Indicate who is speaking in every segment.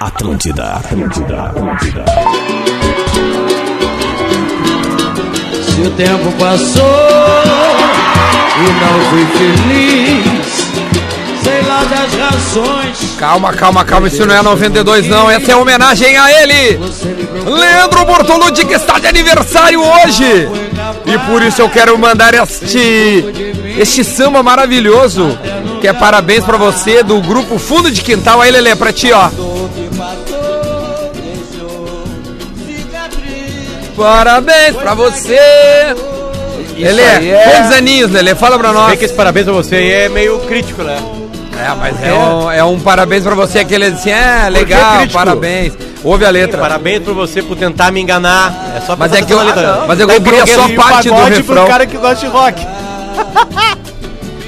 Speaker 1: Atlântida, Atlântida, Atlântida.
Speaker 2: Se o tempo passou e não fui feliz, sei lá das razões.
Speaker 3: Calma, calma, calma, isso não é 92 não, essa é homenagem a ele, Leandro Bortolucci que está de aniversário hoje. E por isso eu quero mandar este este samba maravilhoso, que é parabéns pra você do grupo Fundo de Quintal, aí Lelê, pra ti, ó. Parabéns pra você. Lelê,
Speaker 4: aí é-
Speaker 3: quantos aninhos, Lelê? Fala pra nós.
Speaker 4: Vê que esse parabéns pra você aí é meio crítico, né?
Speaker 3: É, mas é um, é um parabéns pra você, aquele assim, é legal,
Speaker 4: crítico?
Speaker 3: parabéns. Ouve a letra.
Speaker 4: Parabéns pra você por tentar me enganar. É só
Speaker 3: Mas
Speaker 4: pra
Speaker 3: é
Speaker 4: fazer
Speaker 3: que eu-
Speaker 4: essa Tá
Speaker 3: ah, não. Mas eu queria
Speaker 4: pro
Speaker 3: só
Speaker 4: alguém
Speaker 3: parte do
Speaker 4: pagode
Speaker 3: refrão.
Speaker 4: pro cara que gosta de rock.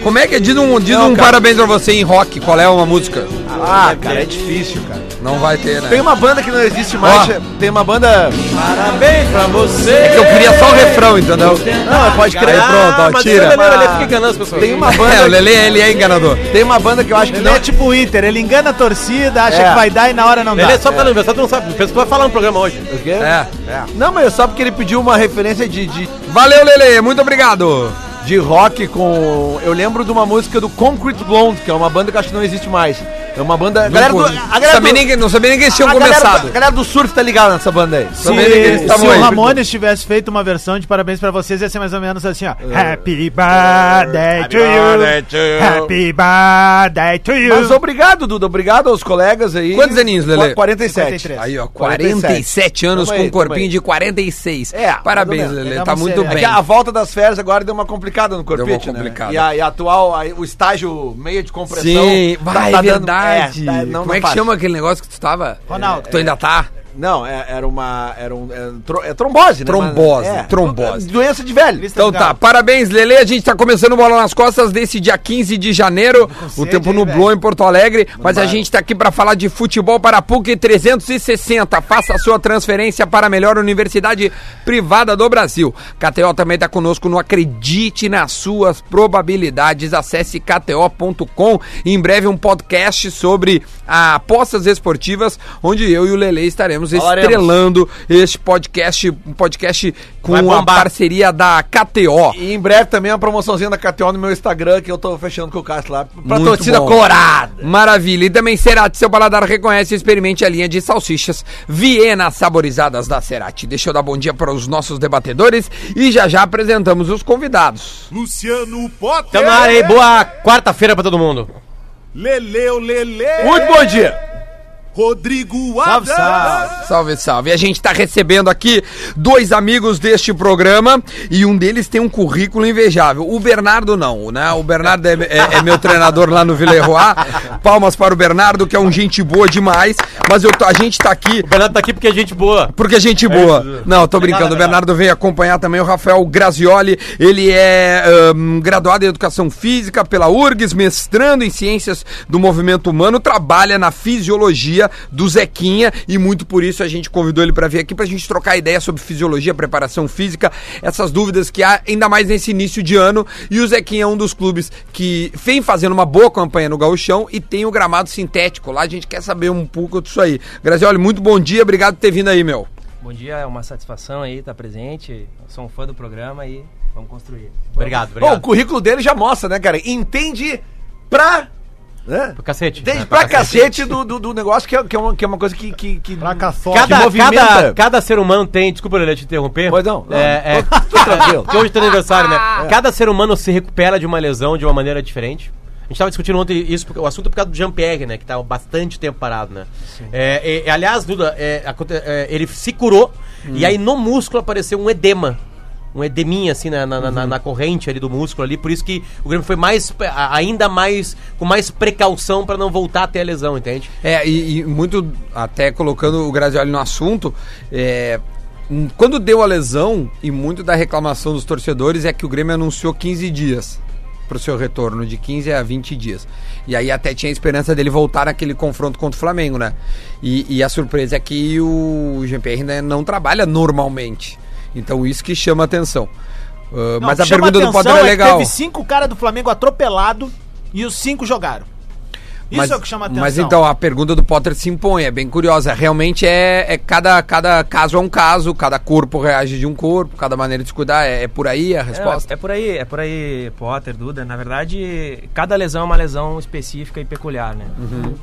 Speaker 3: Como é que é? diz um, diz
Speaker 4: Não,
Speaker 3: um
Speaker 4: cara.
Speaker 3: parabéns pra você em rock? Qual é uma música?
Speaker 5: Ah, cara, é difícil, cara.
Speaker 3: Não vai ter, né?
Speaker 5: Tem uma banda que não existe mais,
Speaker 4: é,
Speaker 5: tem uma banda.
Speaker 4: Parabéns pra você.
Speaker 3: É que eu queria só o refrão, entendeu?
Speaker 5: Não, pode crer. Ah,
Speaker 3: Aí pronto,
Speaker 4: Ah,
Speaker 3: ó, tira.
Speaker 4: é
Speaker 5: é
Speaker 4: fica enganando as pessoas.
Speaker 5: Tem uma
Speaker 3: É, o
Speaker 5: banda.
Speaker 3: Lele ele é enganador.
Speaker 5: Tem uma banda que eu acho que
Speaker 4: Ele
Speaker 5: não
Speaker 4: é tipo o Inter, ele engana a torcida, acha
Speaker 5: É.
Speaker 4: que vai dar e na hora não dá.
Speaker 5: Ele é
Speaker 4: só pra aniversário, tu não sabe. Pensa que vai falar no programa hoje.
Speaker 3: É.
Speaker 5: Não, mas é só porque ele pediu uma referência de, de,
Speaker 3: Valeu, Lele, muito obrigado.
Speaker 5: de rock com. Eu lembro de uma música do Concrete Blonde, que é uma banda que eu acho que não existe mais. É uma banda.
Speaker 3: Não,
Speaker 5: galera do,
Speaker 3: pô,
Speaker 5: a galera
Speaker 3: sabia
Speaker 5: do,
Speaker 3: nem, que- não sabia nem que eles tinham
Speaker 5: a galera do-
Speaker 3: começado.
Speaker 5: a galera do surf tá ligada nessa banda aí.
Speaker 4: Se,
Speaker 3: Também eles
Speaker 5: tá
Speaker 4: se
Speaker 3: estavam aí.
Speaker 4: o Ramones tivesse feito uma versão de parabéns pra vocês, ia ser mais ou menos assim, ó.
Speaker 5: É.
Speaker 4: Happy birthday to you. Happy birthday to you.
Speaker 5: Mas obrigado, Duda. Obrigado aos colegas aí.
Speaker 3: Quantos aninhos, Lelê?
Speaker 5: 47.
Speaker 4: 53.
Speaker 3: Aí, ó, 47, anos
Speaker 5: Tamo
Speaker 3: com
Speaker 5: aí,
Speaker 3: um corpinho
Speaker 5: tamo aí.
Speaker 3: de 46.
Speaker 5: É,
Speaker 3: Parabéns,
Speaker 5: mais ou menos.
Speaker 3: Lele,
Speaker 4: Pegamos
Speaker 3: tá muito
Speaker 4: sereno.
Speaker 5: É
Speaker 3: bem.
Speaker 5: que a volta das férias agora deu uma complicada no corpite,
Speaker 3: uma
Speaker 5: né?
Speaker 3: complicada.
Speaker 5: E a, e a atual, a- o estágio meio de compressão.
Speaker 3: Sim,
Speaker 5: tá-
Speaker 3: vai,
Speaker 5: tá
Speaker 3: é
Speaker 5: dando-
Speaker 3: verdade.
Speaker 5: é, tá- não,
Speaker 3: Como
Speaker 5: não
Speaker 3: é que
Speaker 5: faz.
Speaker 3: chama aquele negócio que tu tava?
Speaker 4: Ronaldo.
Speaker 3: Que tu ainda tá?
Speaker 5: Não, é- era uma. Era um, é, tro- é trombose, né?
Speaker 3: Trombose,
Speaker 5: Mas- é.
Speaker 3: trombose.
Speaker 5: Doença de velho.
Speaker 4: Lista
Speaker 3: Então
Speaker 4: legal.
Speaker 3: tá, parabéns, Lele. A gente tá começando bola nas costas desse dia 15 de janeiro. O tempo
Speaker 4: aí,
Speaker 3: nublou
Speaker 4: velho.
Speaker 3: em Porto Alegre, mas a gente tá aqui pra falar de futebol para a PUC 360. Faça a sua transferência para a melhor universidade privada do Brasil. KTO também tá conosco no Acredite nas suas probabilidades. Acesse kto.com. Em breve um podcast sobre ah, apostas esportivas, onde eu e o Lele estaremos
Speaker 5: Falaremos.
Speaker 3: estrelando este podcast, um podcast com
Speaker 4: Vai
Speaker 3: a
Speaker 4: bombar.
Speaker 3: parceria da KTO.
Speaker 5: E em breve também uma promoçãozinha da KTO no meu Instagram, que eu tô fechando com o Cássio lá. Pra
Speaker 3: Muito
Speaker 5: torcida
Speaker 3: bom.
Speaker 5: colorada.
Speaker 3: Maravilha. E também Cerati, seu paladar reconhece e experimente a linha de salsichas Viena saborizadas da Cerati. Deixa eu dar bom dia para os nossos debatedores e já já apresentamos os convidados.
Speaker 6: Luciano Potter.
Speaker 4: Tamo na área aí, boa quarta-feira pra todo mundo.
Speaker 6: Leleu Lele.
Speaker 5: Muito bom dia.
Speaker 6: Rodrigo
Speaker 4: Salve,
Speaker 6: Adams.
Speaker 4: salve.
Speaker 3: Salve, salve. A gente está recebendo aqui dois amigos deste programa e um deles tem um currículo invejável. O Bernardo não, né? O Bernardo é, é- é meu treinador lá no Villeroy. Palmas para o Bernardo, que é um gente boa demais. Mas eu tô- a gente tá aqui
Speaker 4: O Bernardo tá aqui porque é gente boa.
Speaker 3: Porque é gente boa. Não, tô brincando. O
Speaker 4: Obrigado,
Speaker 3: Bernardo veio acompanhar também o Rafael Grazioli. Ele é ahm, graduado em Educação Física pela URGS, mestrando em Ciências do Movimento Humano, trabalha na fisiologia do Zequinha e muito por isso a gente convidou ele pra vir aqui pra gente trocar ideia sobre fisiologia, preparação física, essas dúvidas que há ainda mais nesse início de ano. E o Zequinha é um dos clubes que vem fazendo uma boa campanha no Gauchão e tem o gramado sintético lá. A gente quer saber um pouco disso aí. Grazioli, muito bom dia. Obrigado por ter vindo aí, meu.
Speaker 7: Bom dia, é uma satisfação aí estar presente. Eu sou um fã do programa e vamos construir.
Speaker 4: Obrigado,
Speaker 5: Bom, o
Speaker 4: obrigado.
Speaker 5: currículo dele já mostra, né, cara? Entende pra. Né?
Speaker 4: cacete.
Speaker 5: Entende
Speaker 4: É,
Speaker 5: pra cacete do, do, do negócio, que é, que, é uma, que é uma coisa que. que, que
Speaker 4: Pra cacete.
Speaker 5: Que
Speaker 4: Cada,
Speaker 5: movimenta.
Speaker 4: cada, cada ser humano tem. Desculpa, Lelê, te interromper.
Speaker 5: Pois não, não.
Speaker 4: É, é.
Speaker 5: Tô tranquilo. Ah.
Speaker 4: Que hoje é teu aniversário, né? Cada ser humano se recupera de uma lesão de uma maneira diferente. A gente tava discutindo ontem isso, porque- o assunto é por causa do Jean-Pierre, né? Que tá bastante tempo parado, né? É, é, é, aliás, Duda, é, aconte- é, ele se curou e aí no músculo apareceu um edema. Um edeminha, assim, na, na, na- na- na corrente ali do músculo ali. Por isso que o Grêmio foi mais, pe- a- ainda mais, com mais precaução pra não voltar a ter a lesão, entende?
Speaker 3: É, e, e muito, até colocando o Grazioli no assunto, é, hum, quando deu a lesão, e muito da reclamação dos torcedores é que o Grêmio anunciou 15 dias pro seu retorno, de 15 a 20 dias. E aí até tinha a esperança dele voltar naquele confronto contra o Flamengo, né? E, e a surpresa é que o GPR né, não trabalha normalmente. Então isso que chama atenção. Ah,
Speaker 8: Não,
Speaker 3: mas a
Speaker 8: chama
Speaker 3: pergunta do
Speaker 8: atenção
Speaker 3: Potter é
Speaker 8: que
Speaker 3: legal.
Speaker 8: Teve cinco caras do Flamengo atropelado e os cinco jogaram. Isso é o que chama atenção.
Speaker 3: Mas então, a pergunta do Potter se impõe, é bem curiosa. Realmente é, é cada, cada caso é um caso, cada corpo reage de um corpo, cada maneira de se cuidar. É, é por aí a resposta?
Speaker 7: É, é por aí, é por aí, Potter, Duda. Na verdade, cada lesão é uma lesão específica e peculiar, né?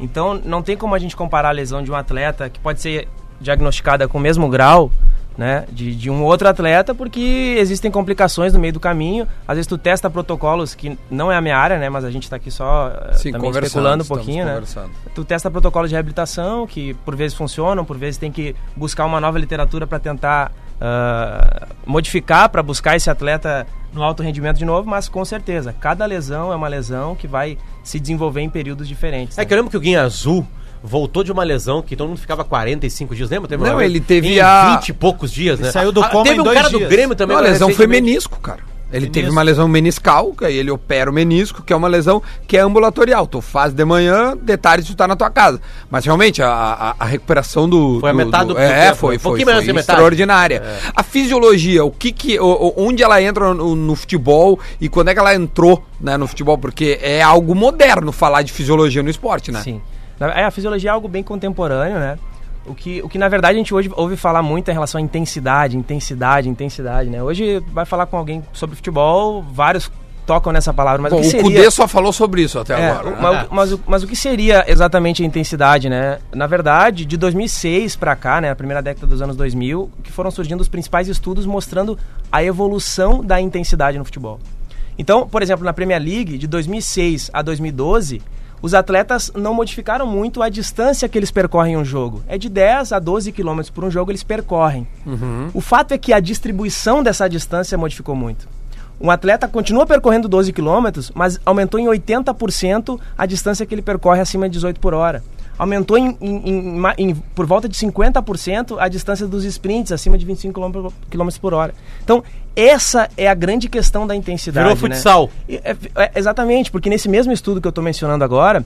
Speaker 7: Então, não tem como a gente comparar a lesão de um atleta que pode ser diagnosticada com o mesmo grau, né, de, de um outro atleta, porque existem complicações no meio do caminho. Às vezes tu testa protocolos que não é a minha área, né, mas a gente tá aqui só eh, também especulando um
Speaker 3: estamos
Speaker 7: pouquinho, né?
Speaker 3: conversando.
Speaker 7: tu testa protocolos de reabilitação que por vezes funcionam, por vezes tem que buscar uma nova literatura para tentar ah, modificar, para buscar esse atleta no alto rendimento de novo, mas com certeza, cada lesão é uma lesão que vai se desenvolver em períodos diferentes.
Speaker 4: É
Speaker 7: né?
Speaker 4: que eu lembro que o Guinha Azul voltou de uma lesão que todo mundo ficava 45 dias, lembra? Teve uma-
Speaker 3: Não, ele teve
Speaker 4: em
Speaker 3: a-
Speaker 4: 20 e poucos dias, né?
Speaker 8: Ele saiu do coma
Speaker 4: Teve
Speaker 8: em
Speaker 4: um
Speaker 8: dois
Speaker 4: cara do
Speaker 8: dias.
Speaker 4: Grêmio também.
Speaker 3: Não, a
Speaker 4: agora,
Speaker 3: lesão foi
Speaker 4: recentemente.
Speaker 3: menisco, cara. Ele teve uma lesão meniscal, que aí ele opera o menisco, que é uma lesão que é ambulatorial. Tu faz de manhã, detalhes tu tá na tua casa. Mas realmente, a, a- a recuperação do.
Speaker 4: Foi a
Speaker 3: do-
Speaker 4: metade
Speaker 3: do.
Speaker 4: do
Speaker 3: É,
Speaker 4: tempo,
Speaker 3: foi, foi,
Speaker 4: um pouquinho
Speaker 3: foi
Speaker 4: menos da metade. É.
Speaker 3: extraordinária. A fisiologia, o que que. o- o- onde ela entra no, no futebol e quando é que ela entrou né, no futebol? Porque é algo moderno falar de fisiologia no esporte, né?
Speaker 7: Sim. Na- é, a fisiologia é algo bem contemporâneo, né? O que, o que na verdade a gente hoje ouve falar muito em relação à intensidade, intensidade, intensidade, né? Hoje vai falar com alguém sobre futebol, vários tocam nessa palavra, mas
Speaker 3: Bom,
Speaker 7: o
Speaker 3: o
Speaker 7: que seria...
Speaker 3: Cudê só falou sobre isso até
Speaker 7: É,
Speaker 3: agora.
Speaker 7: o-
Speaker 3: né?
Speaker 7: mas, o- mas o, mas o que seria exatamente a intensidade, né? Na verdade, de 2006 pra cá, né, a primeira década dos anos 2000, que foram surgindo os principais estudos mostrando a evolução da intensidade no futebol. Então, por exemplo, na Premier League, de 2006 a 2012, os atletas não modificaram muito a distância que eles percorrem um jogo. É de 10 a 12 quilômetros por um jogo eles percorrem. O fato é que a distribuição dessa distância modificou muito. Um atleta continua percorrendo 12 km, mas aumentou em 80% a distância que ele percorre acima de 18 por hora. Aumentou em, em- em ma- em por volta de 50% a distância dos sprints acima de 25 km, por hora. Então, essa é a grande questão da intensidade.
Speaker 4: Virou
Speaker 7: né?
Speaker 4: futsal.
Speaker 7: E, é, é, exatamente, porque nesse mesmo estudo que eu estou mencionando agora,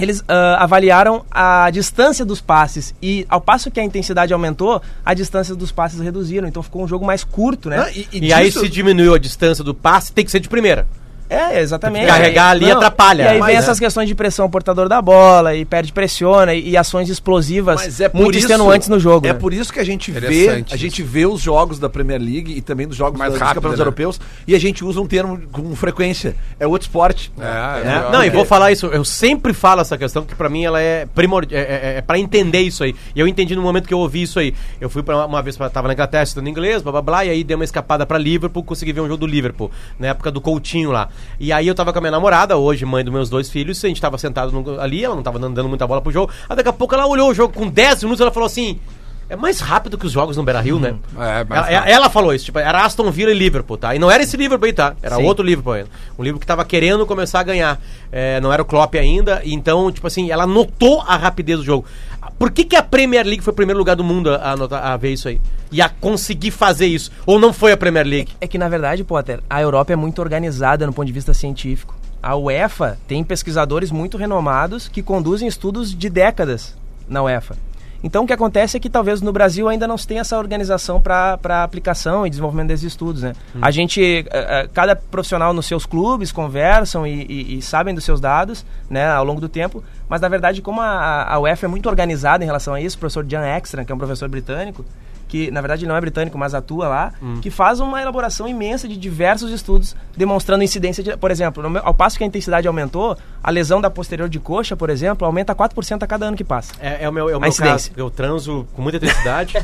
Speaker 7: eles ah, avaliaram a distância dos passes e ao passo que a intensidade aumentou, a distância dos passes reduziram. Então ficou um jogo mais curto, né?
Speaker 5: Não,
Speaker 4: E, aí se diminuiu a distância do passe, tem que ser de primeira.
Speaker 7: É, exatamente.
Speaker 4: Carregar ali atrapalha.
Speaker 7: E aí vem
Speaker 4: Mas,
Speaker 7: essas
Speaker 5: é.
Speaker 7: questões de pressão ao portador da bola, e perde pressiona, e, e ações explosivas
Speaker 5: Mas é por
Speaker 7: Assim, muito
Speaker 5: isso-
Speaker 7: extenuantes no jogo.
Speaker 5: É
Speaker 7: né?
Speaker 5: por isso que a gente vê, a
Speaker 3: Interessante isso.
Speaker 5: gente vê os jogos da Premier League e também dos jogos
Speaker 3: Mais
Speaker 5: dos
Speaker 3: rápido,
Speaker 5: campeonatos
Speaker 3: né?
Speaker 5: europeus e a gente usa um termo com frequência, é outro esporte.
Speaker 3: É,
Speaker 5: né?
Speaker 3: é.
Speaker 4: Não, e vou falar isso, eu sempre falo essa questão, que pra mim ela é primordial, é, é, é pra entender isso aí. E eu entendi no momento que eu ouvi isso aí. Eu fui pra uma, uma vez, pra, tava na Inglaterra estudando inglês, blá blá blá, e aí dei uma escapada pra Liverpool, consegui ver um jogo do Liverpool, na época do Coutinho lá. E aí eu tava com a minha namorada, hoje mãe dos meus dois filhos, a gente tava sentado no- ali, ela não tava dando muita bola pro jogo, aí daqui a pouco ela olhou o jogo com 10 minutos, ela falou assim... É mais rápido que os jogos no Beira-Rio, né?
Speaker 3: É, mais
Speaker 4: ela,
Speaker 3: rápido.
Speaker 4: ela falou isso, tipo, era Aston Villa e Liverpool, tá? E não era esse Liverpool aí, tá? Era outro Liverpool ainda. Um Liverpool que tava querendo começar a ganhar. É, não era o Klopp ainda, então, tipo assim, ela notou a rapidez do jogo. Por que, que a Premier League foi o primeiro lugar do mundo a, a notar- a ver isso aí? E a conseguir fazer isso? Ou não foi a Premier League?
Speaker 7: É que, na verdade, Potter, a Europa é muito organizada no ponto de vista científico. A UEFA tem pesquisadores muito renomados que conduzem estudos de décadas na UEFA. Então, o que acontece é que talvez no Brasil ainda não se tenha essa organização para aplicação e desenvolvimento desses estudos, né? A gente, eh, eh, cada profissional nos seus clubes conversam e, e- e sabem dos seus dados, né, ao longo do tempo, mas na verdade, como a, a UEFA é muito organizada em relação a isso, o professor Jan Ekstrom, que é um professor britânico, que na verdade ele não é britânico, mas atua lá,
Speaker 3: Hum.
Speaker 7: que faz uma elaboração imensa de diversos estudos demonstrando incidência, de, por exemplo, no meu- ao passo que a intensidade aumentou, a lesão da posterior de coxa, por exemplo, aumenta 4% a cada ano que passa.
Speaker 4: É, é o meu, é o
Speaker 7: A
Speaker 4: meu
Speaker 7: incidência.
Speaker 4: caso. Eu transo com muita intensidade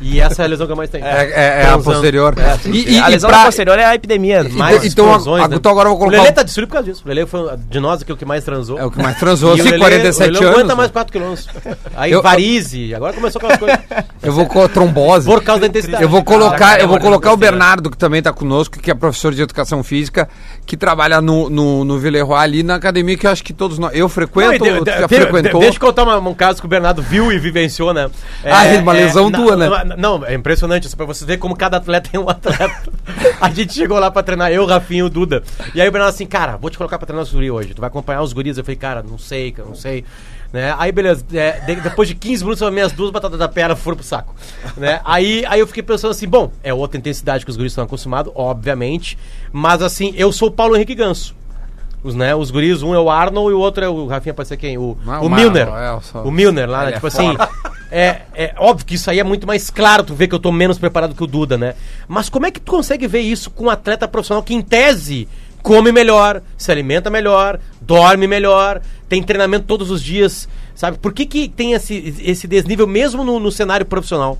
Speaker 4: e essa é a lesão que eu mais tenho.
Speaker 3: É, é- é a
Speaker 4: Transando.
Speaker 3: posterior. E- e-
Speaker 7: a
Speaker 3: e
Speaker 7: lesão
Speaker 3: pra-
Speaker 7: da posterior é a epidemia. do
Speaker 3: Mais-
Speaker 7: futebol.
Speaker 3: então,
Speaker 4: explosões,
Speaker 3: a- então agora eu vou colocar
Speaker 4: O Lelê
Speaker 3: um-
Speaker 4: tá destruído por causa disso. O Lelê foi de nós aqui o que mais transou.
Speaker 3: É o que mais transou,
Speaker 4: E o
Speaker 3: assim,
Speaker 4: Lelê- o
Speaker 3: 47
Speaker 4: Lelê
Speaker 3: anos.
Speaker 4: aguenta mais 4 quilômetros. Aí
Speaker 3: Eu-
Speaker 4: varize. Agora começou aquelas coisas.
Speaker 3: Eu vou com a trombose.
Speaker 4: Por causa da intensidade.
Speaker 3: Eu vou
Speaker 4: Ah,
Speaker 3: colocar,
Speaker 4: é
Speaker 3: eu vou
Speaker 4: horrível,
Speaker 3: colocar o
Speaker 4: né?
Speaker 3: Bernardo, que também está conosco, que é professor de educação física, que trabalha no, no, no Villeroy, ali na academia que eu acho que todos nós. Eu
Speaker 4: Não,
Speaker 3: frequento,
Speaker 4: e de-
Speaker 3: tu
Speaker 4: de-
Speaker 3: já
Speaker 4: de-
Speaker 3: frequentou.
Speaker 4: Deixa eu contar uma- um caso que o Bernardo viu e vivenciou, né?
Speaker 3: Ah, é uma lesão
Speaker 4: na-
Speaker 3: tua, né?
Speaker 4: na- Não, é impressionante, isso pra você ver como cada atleta é um atleta. a gente chegou lá pra treinar, eu, Rafinho e o Duda. E aí o Bernardo assim, cara, vou te colocar pra treinar os guris hoje, tu vai acompanhar os guris. Eu falei, cara, não sei, cara, não sei. Né? Aí, beleza, é, de- depois de 15 minutos, as minhas duas batatas da perna foram pro saco. Né? Aí, aí eu fiquei pensando assim, bom, é outra intensidade que os guris estão acostumados, obviamente, mas assim, eu sou o Paulo Henrique Ganso. Os, né, os guris, um é o Arnold e o outro é o Rafinha, pode ser quem? O,
Speaker 3: Ah,
Speaker 4: o,
Speaker 3: o
Speaker 4: Milner.
Speaker 3: Arnold, é, eu sou-
Speaker 4: O Milner lá, né?
Speaker 3: Ele é
Speaker 4: Tipo assim.
Speaker 3: foda.
Speaker 4: É, é óbvio que isso aí é muito mais claro, tu vê que eu tô menos preparado que o Duda, né? Mas como é que tu consegue ver isso com um atleta profissional que, em tese, come melhor, se alimenta melhor, dorme melhor, tem treinamento todos os dias, sabe? Por que, que tem esse, esse desnível mesmo no, no cenário profissional?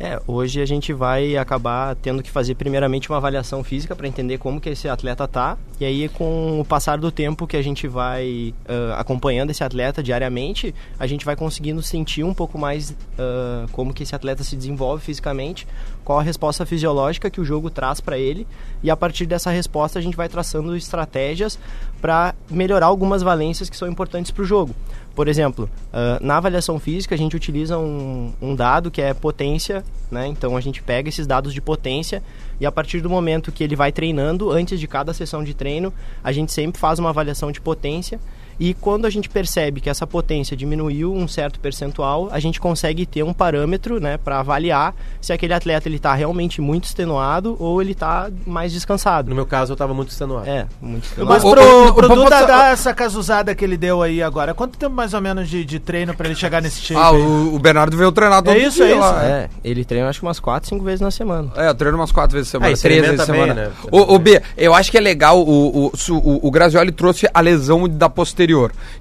Speaker 8: É, hoje a gente vai acabar tendo que fazer primeiramente uma avaliação física para entender como que esse atleta tá e aí com o passar do tempo que a gente vai ah, acompanhando esse atleta diariamente, a gente vai conseguindo sentir um pouco mais ah, como que esse atleta se desenvolve fisicamente, qual a resposta fisiológica que o jogo traz para ele e a partir dessa resposta a gente vai traçando estratégias para melhorar algumas valências que são importantes para o jogo. Por exemplo, ah, na avaliação física a gente utiliza um, um dado que é potência, né? Então a gente pega esses dados de potência e a partir do momento que ele vai treinando, antes de cada sessão de treino, a gente sempre faz uma avaliação de potência e quando a gente percebe que essa potência diminuiu um certo percentual, a gente consegue ter um parâmetro, né, para avaliar se aquele atleta ele está realmente muito extenuado ou ele está mais descansado.
Speaker 4: No meu caso, eu tava muito extenuado.
Speaker 8: É, muito extenuado.
Speaker 9: Mas
Speaker 3: Ô,
Speaker 9: pro,
Speaker 3: ô, ô,
Speaker 9: pro
Speaker 3: ô,
Speaker 9: Duda
Speaker 3: ô, ô,
Speaker 9: dar essa casuzada que ele deu aí agora, quanto tempo mais ou menos de, de treino pra ele chegar nesse shape?
Speaker 3: Ah,
Speaker 9: aí?
Speaker 3: o, o Bernardo veio treinar todo
Speaker 9: É isso, é
Speaker 3: dia lá,
Speaker 8: É, ele treina acho que umas 4, 5 vezes na semana.
Speaker 3: É, eu treino umas quatro vezes por semana,
Speaker 4: É, e se
Speaker 3: três vezes por
Speaker 4: alimenta
Speaker 3: semana.
Speaker 4: bem, né?
Speaker 3: Ô, ô, B, eu acho que é legal, o, o, su- o, o Grazioli trouxe a lesão da posterior.